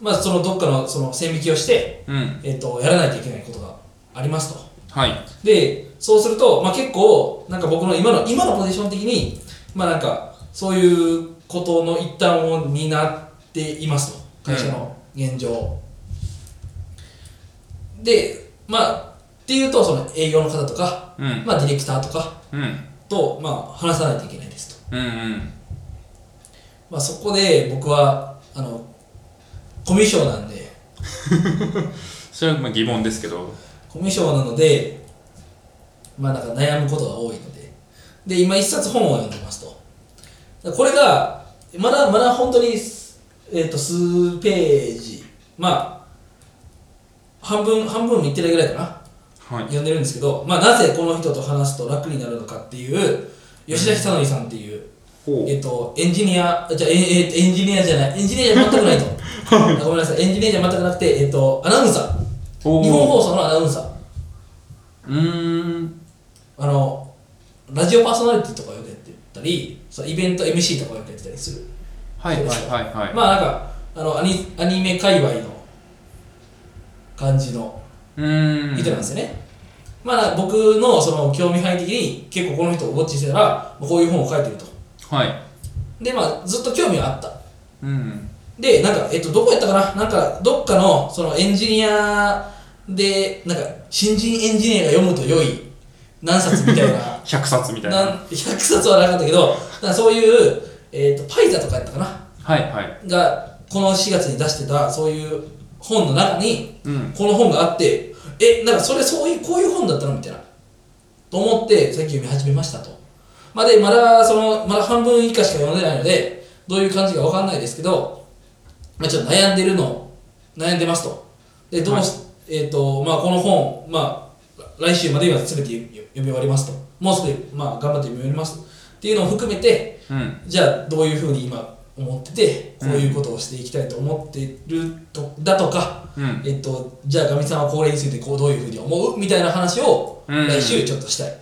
S1: まあそのどっかのその線引きをして、
S2: うん
S1: えっとやらないといけないことがありますと
S2: はい
S1: でそうすると、まあ、結構なんか僕の今の今のポジション的にまあなんかそういうことの一端を担っていますと会社の現状、でまあっていうとその営業の方とか、
S2: うん
S1: まあ、ディレクターとか
S2: うん
S1: と、まあ、話さないといけないですと、
S2: うんうん
S1: まあ、そこで僕はあのコミュ障なんで
S2: それはまあ疑問ですけど
S1: コミュ障なのでまあなんか悩むことが多いのでで今一冊本を読んでますとこれがまだまだ本当にす、えっと数ページまあ半分半分もいってないぐらいかな
S2: はい
S1: 読んでるんですけど、まあ、なぜこの人と話すと楽になるのかっていう吉田久典さんっていう、
S2: ほ
S1: えっと、エンジニア、じゃあええエンジニアじゃない、エンジニアじゃ全くな いと。あごめんなさい、エンジニアじゃ全くなくて、えっと、アナウンサー。
S2: ほ
S1: 日本放送のアナウンサー。
S2: うーん
S1: あのラジオパーソナリティとかよくやってたりそのイベント MC とかよくやってたりする、
S2: はいはいはいはい、
S1: まあなんかあのアニアニメ界隈の感じの
S2: うーん
S1: 人なんですよね、まあ僕のその興味範囲的に結構この人をウォッチしてたらこういう本を書いてると
S2: はい
S1: でまあずっと興味はあった
S2: うん
S1: でなんかえっとどこやったかななんかどっかのそのエンジニアでなんか新人エンジニアが読むと良い何冊みたいな
S2: 100冊 みたいな
S1: なん100冊はなかったけど、なんかそういう、えー、とパイザとかやったかな
S2: はいはい
S1: が、この4月に出してた、そういう本の中に、
S2: うん
S1: この本があって、え、なんかそれ、そういう、こういう本だったのみたいな。と思って、さっき読み始めましたと。まあで、まだ、その、まだ半分以下しか読んでないので、どういう感じかわかんないですけど、まあちょっと悩んでるの、悩んでますと。で、どうし、えっ、と、まあこの本、まあ、来週までには全て読み終わりますと。もうすぐ、まあ頑張って読み終わります。っていうのを含めて、
S2: うん
S1: じゃあどういうふうに今思っててこういうことをしていきたいと思ってるとだとか、
S2: うん
S1: えっと、じゃあガミさんはこれについてこうどういうふうに思うみたいな話を
S2: うん
S1: 来週ちょっとしたい、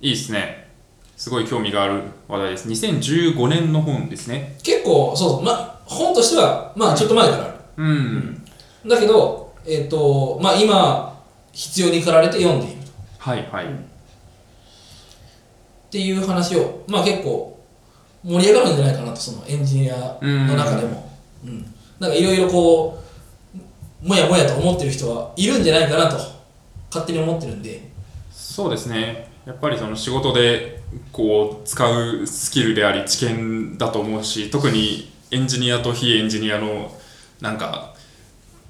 S2: いいですねすごい興味がある話題です2015年の本ですね
S1: 結構そうそう、まあ、本としてはまあちょっと前からある、
S2: うん
S1: だけど、えっとまあ、今必要に駆られて読んでいるっ
S2: はいはい
S1: ていう話を、まあ、結構盛り上がるんじゃないかなとそのエンジニアの中でも、うん、なんかいろいろこうもやもやと思ってる人はいるんじゃないかなと勝手に思ってるんで
S2: そうですねやっぱりその仕事でこう使うスキルであり知見だと思うし特にエンジニアと非エンジニアのなんか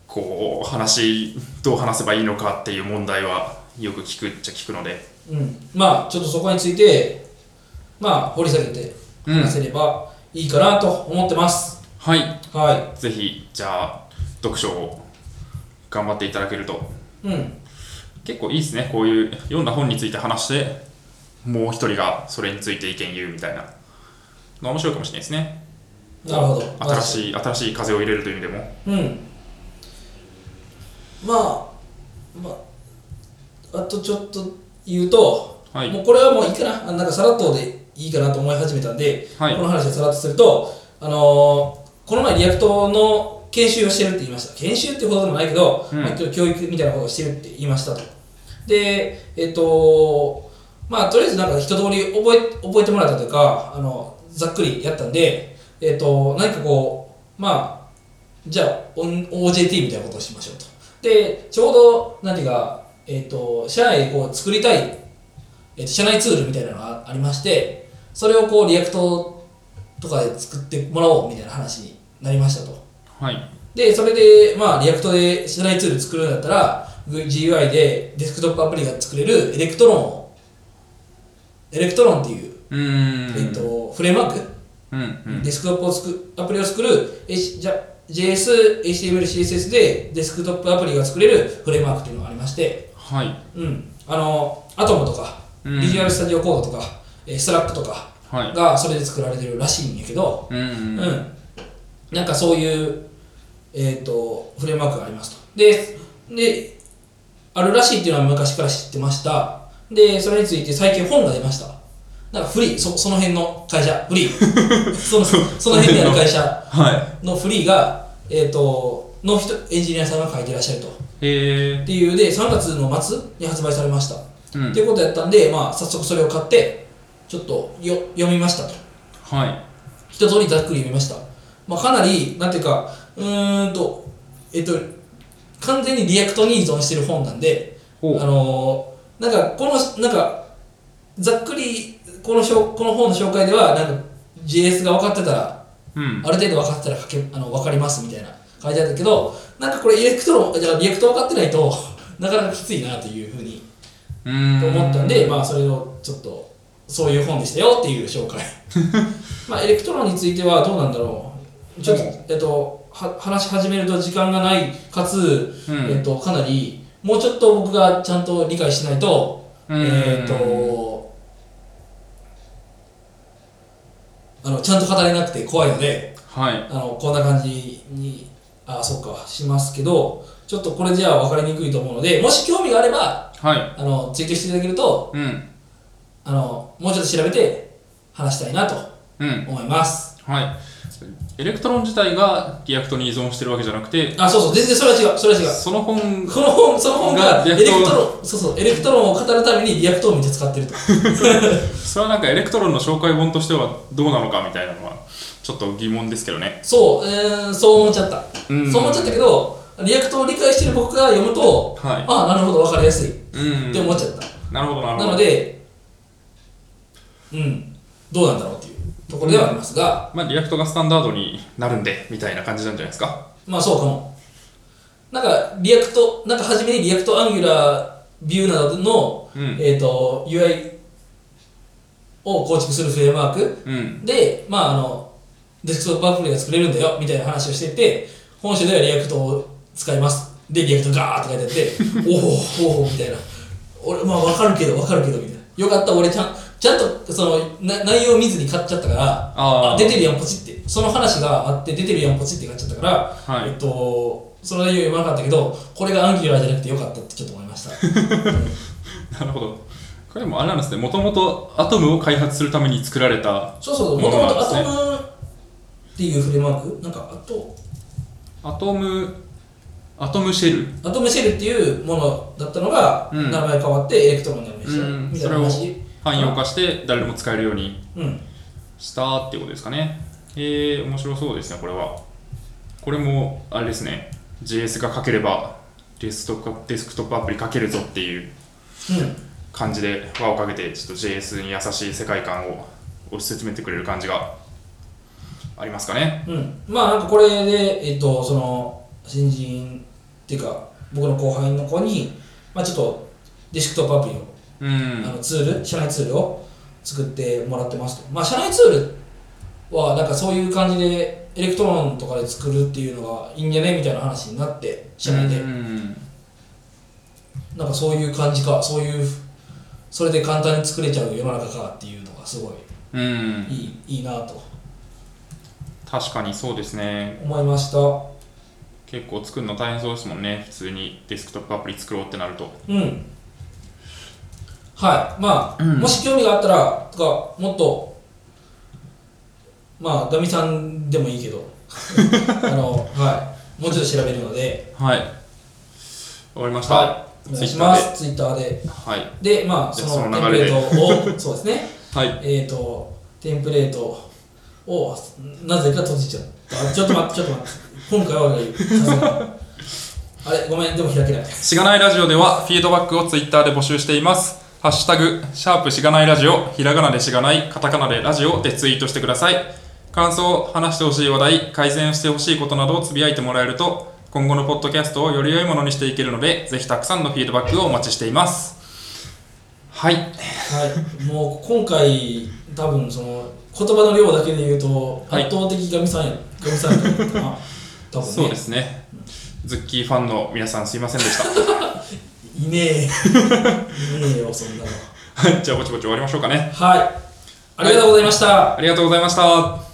S2: こう話どう話せばいいのかっていう問題はよく聞くっちゃ聞くので
S1: うん、まあちょっとそこについてまあ掘り下げて
S2: うん
S1: 話せればいいかなと思ってます、
S2: はい
S3: は
S2: ぜひじゃあ読書を頑張っていただけると
S3: い。うん。
S2: 結構いいですねこういう読んだ本について話してもう一人がそれについて意見言うみたいなの面白いかもしれないですね
S3: なるほど。
S2: 新しい新しい風を入れるという意味で
S3: う
S2: も
S3: ん。
S1: まあまああとちょっと言うと、
S2: はい
S1: もうこれはもういいかなあなんかさらっとでいいかなと思い始めたんで、
S2: はい
S1: この話をさらっとすると、あのーこの前リアクトの研修をしてるって言いました研修ってほどでもないけど、
S2: うん
S1: まあ、教育みたいなことをしてるって言いましたとでえっ、とまあとりあえずなんか一通り覚え覚えてもらったというかあのざっくりやったんでえっ、と何かこうまあじゃあオン OJT みたいなことをしましょうとでちょうど何か、えっと社内でこう作りたい、えっと社内ツールみたいなのがありましてそれをこうリアクトとかで作ってもらおうみたいな話になりましたと
S2: はい
S1: でそれでまあリアクトで社内ツール作るんだったら GUI でデスクトップアプリが作れるエレクトロンをエレクトロンっていう、
S2: うーん
S1: えっとフレームワーク
S2: うんうん
S1: デスクトップを作アプリを作る、H、じゃ JS、HTML、CSS でデスクトップアプリが作れるフレームワークというのがありまして、
S2: はい
S1: うん、あの、アトムとか、
S2: うん
S1: ビジュアルスタジオコードとか、えースラックとか
S2: はい
S1: がそれで作られてるらしいんやけど、
S2: うん
S1: う
S2: うん
S1: ん、なんかそういう、えっとフレームワークがありますと。で、で、あるらしいっていうのは昔から知ってました。で、それについて最近本が出ました。なんかフリー、そその辺の会社、フリ ー。そのその辺にある会社
S2: は
S1: のフリーが、えっ、と、の人エンジニアさんが書いてらっしゃると。っ
S2: いへえ
S1: ていうで、3月の末に発売されました。
S2: うん
S1: っていうことやったんで、まあ、早速それを買って、ちょっとよ読みましたと。
S2: はい
S1: 一通りざっくり読みました、まあ、かなりなんていうかうーんとえっと完全にリアクトに依存してる本なんであ
S2: ほう
S1: のーなんかこのなんかざっくりこのしょこの本の紹介ではなんか JS が分かってたら
S2: うん
S1: ある程度分かってたら書けあの分かりますみたいな書いてあったけどなんかこれエレクトロンじゃあリアクト分かってないと なかなかきついなというふうに
S2: うーん
S1: 思ったんで、まあ、それをちょっとそういう本でしたよっていう 紹介まあエレクトロンについてはどうなんだろうちょっと、
S2: うん
S1: えっとは話し始めると時間がないかつ、
S2: うん
S1: えっと、かなりもうちょっと僕がちゃんと理解しないと、
S2: うん
S1: えっとあのちゃんと語れなくて怖いので
S2: はい
S1: あのこんな感じにあそうかしますけどちょっとこれじゃあ分かりにくいと思うのでもし興味があれば
S2: はい
S1: あの追求していただけると
S2: うん
S1: あのもうちょっと調べて話したいなと
S2: うん
S1: 思います
S2: はいエレクトロン自体がリアクトに依存してるわけじゃなくて
S1: あそうそう全然それは違うそれは違う
S2: その本
S1: この本その本が
S2: が
S1: エ
S2: リ
S1: レ
S2: アク
S1: クト
S2: トロン
S1: ロンそうそうエレクトロンを語るためにリアクトをめっちゃ使ってると
S2: それはなんかエレクトロンの紹介本としてはどうなのかみたいなのはちょっと疑問ですけどね
S1: そう、えー、そう思っちゃった
S2: うん
S1: そう思っちゃったけどリアクトを理解してる僕が読むと、
S2: はい
S1: あなるほど分かりやすいっ
S2: うん
S1: て思っちゃった、
S2: なるほどなるほど
S1: なのでうんどうなんだろうっていうところではありますが、
S2: まあリアクトがスタンダードになるんでみたいな感じなんじゃないですか
S1: まあそうかも。なんか、リアクト、なんか初めにリアクトアンギュラービューなどの、
S2: うん
S1: えっ、と、UI を構築するフレームワーク
S2: うん
S1: で、まああの、デスクトップアプリが作れるんだよ、みたいな話をしてて、本書ではリアクトを使います。で、リアクトガーって書い てあって、おおおおみたいな。俺、まあわかるけど、わかるけど、みたいな。よかった、俺ちゃん、ちゃんとそのな内容を見ずに買っちゃったから、
S2: あー
S1: あ出てるやん、ポチって。その話があって、出てるやん、ポチって買っちゃったから、
S2: はい
S1: えっと、その内容読まなかったけど、これがアンギュラーじゃなくてよかったってちょっと思い まし た。
S2: なるほどこれもあれなんですねもともとアトムを開発するために作られた
S1: そうそう、も
S2: も
S1: と
S2: の
S1: も
S2: なん
S1: と
S2: ですね
S1: アトムっていうフレームワーク、なんか、あと、
S2: アトムアトムシェル
S1: アトムシェルっていうものだったのが、
S2: うん
S1: 名前変わってエレクトロンになりまし
S2: う
S1: た、
S2: ん
S1: みたい
S2: そ
S1: な
S2: れを
S1: 話。
S2: 汎用化して誰でも使えるように
S1: うん。
S2: したっていうことですかねえー、面白そうですねこれはこれもあれですね JS が書ければデスクトップデスクトップアプリ書けるぞっていう感じで輪をかけてちょっと JS に優しい世界観を推し進めてくれる感じがありますかね
S1: うん。うん。まあ、なんかこれで、えっと、その、新人っていうか、僕の後輩の子に、まあ、ちょっと、デスクトップアプリを
S2: う
S1: あ
S2: ん
S1: のツール、社内ツールを作ってもらってますと。まあ、社内ツールは、なんかそういう感じで、エレクトーンとかで作るっていうのがいいんじゃねみたいな話になって社内で、
S2: うん
S1: なんかそういう感じかそういうそれで簡単に作れちゃう世の中かっていうのがすごい
S2: うん
S1: いい,、いいなと
S2: 確かにそうですね
S1: 思いましたう
S2: 結構作るの大変そうですもんね普通にデスクトップアプリ作ろうってなると
S1: んはいまあ、
S2: うん
S1: もし興味があったらとかもっとまあガミさんでもいい けどあのはいもうちょっと調べるので
S2: はい終わりました
S1: はお願いしますツイッターで
S2: はい
S1: でまあ
S2: じ
S1: そ
S2: ゃあ
S1: の
S2: その
S1: テンプ
S2: 流
S1: レ
S2: れ
S1: ー
S2: で
S1: トをそうですね
S2: はい
S1: えー、とテンプレートをなぜか閉じちゃったあちょっと待ってちょっと待って今回は俺が言うさすがにあれごめんでも開けない
S2: しがないラジオではフィードバックをツイッターで募集しています。ハッシュタグ、シャープしがないラジオ、ひらがなでしがない、カタカナでラジオでツイートしてください。感想、話してほしい話題、改善してほしいことなどをつぶやいてもらえると、今後のポッドキャストをより良いものにしていけるので、ぜひたくさんのフィードバックをお待ちしています。はい。
S1: はいもう今回多分その言葉の量だけで言うと
S2: はい
S1: 圧倒的ガミさんやガミさんやったかな多
S2: そう
S1: 分
S2: で
S1: ね
S2: すね。ズッキーファンの皆さんすいませんでした。
S1: いねえいねえよそんなの
S2: はいじゃあぼちぼち終わりましょうかね。
S1: はいありがとうございました、
S2: ありがとうございました。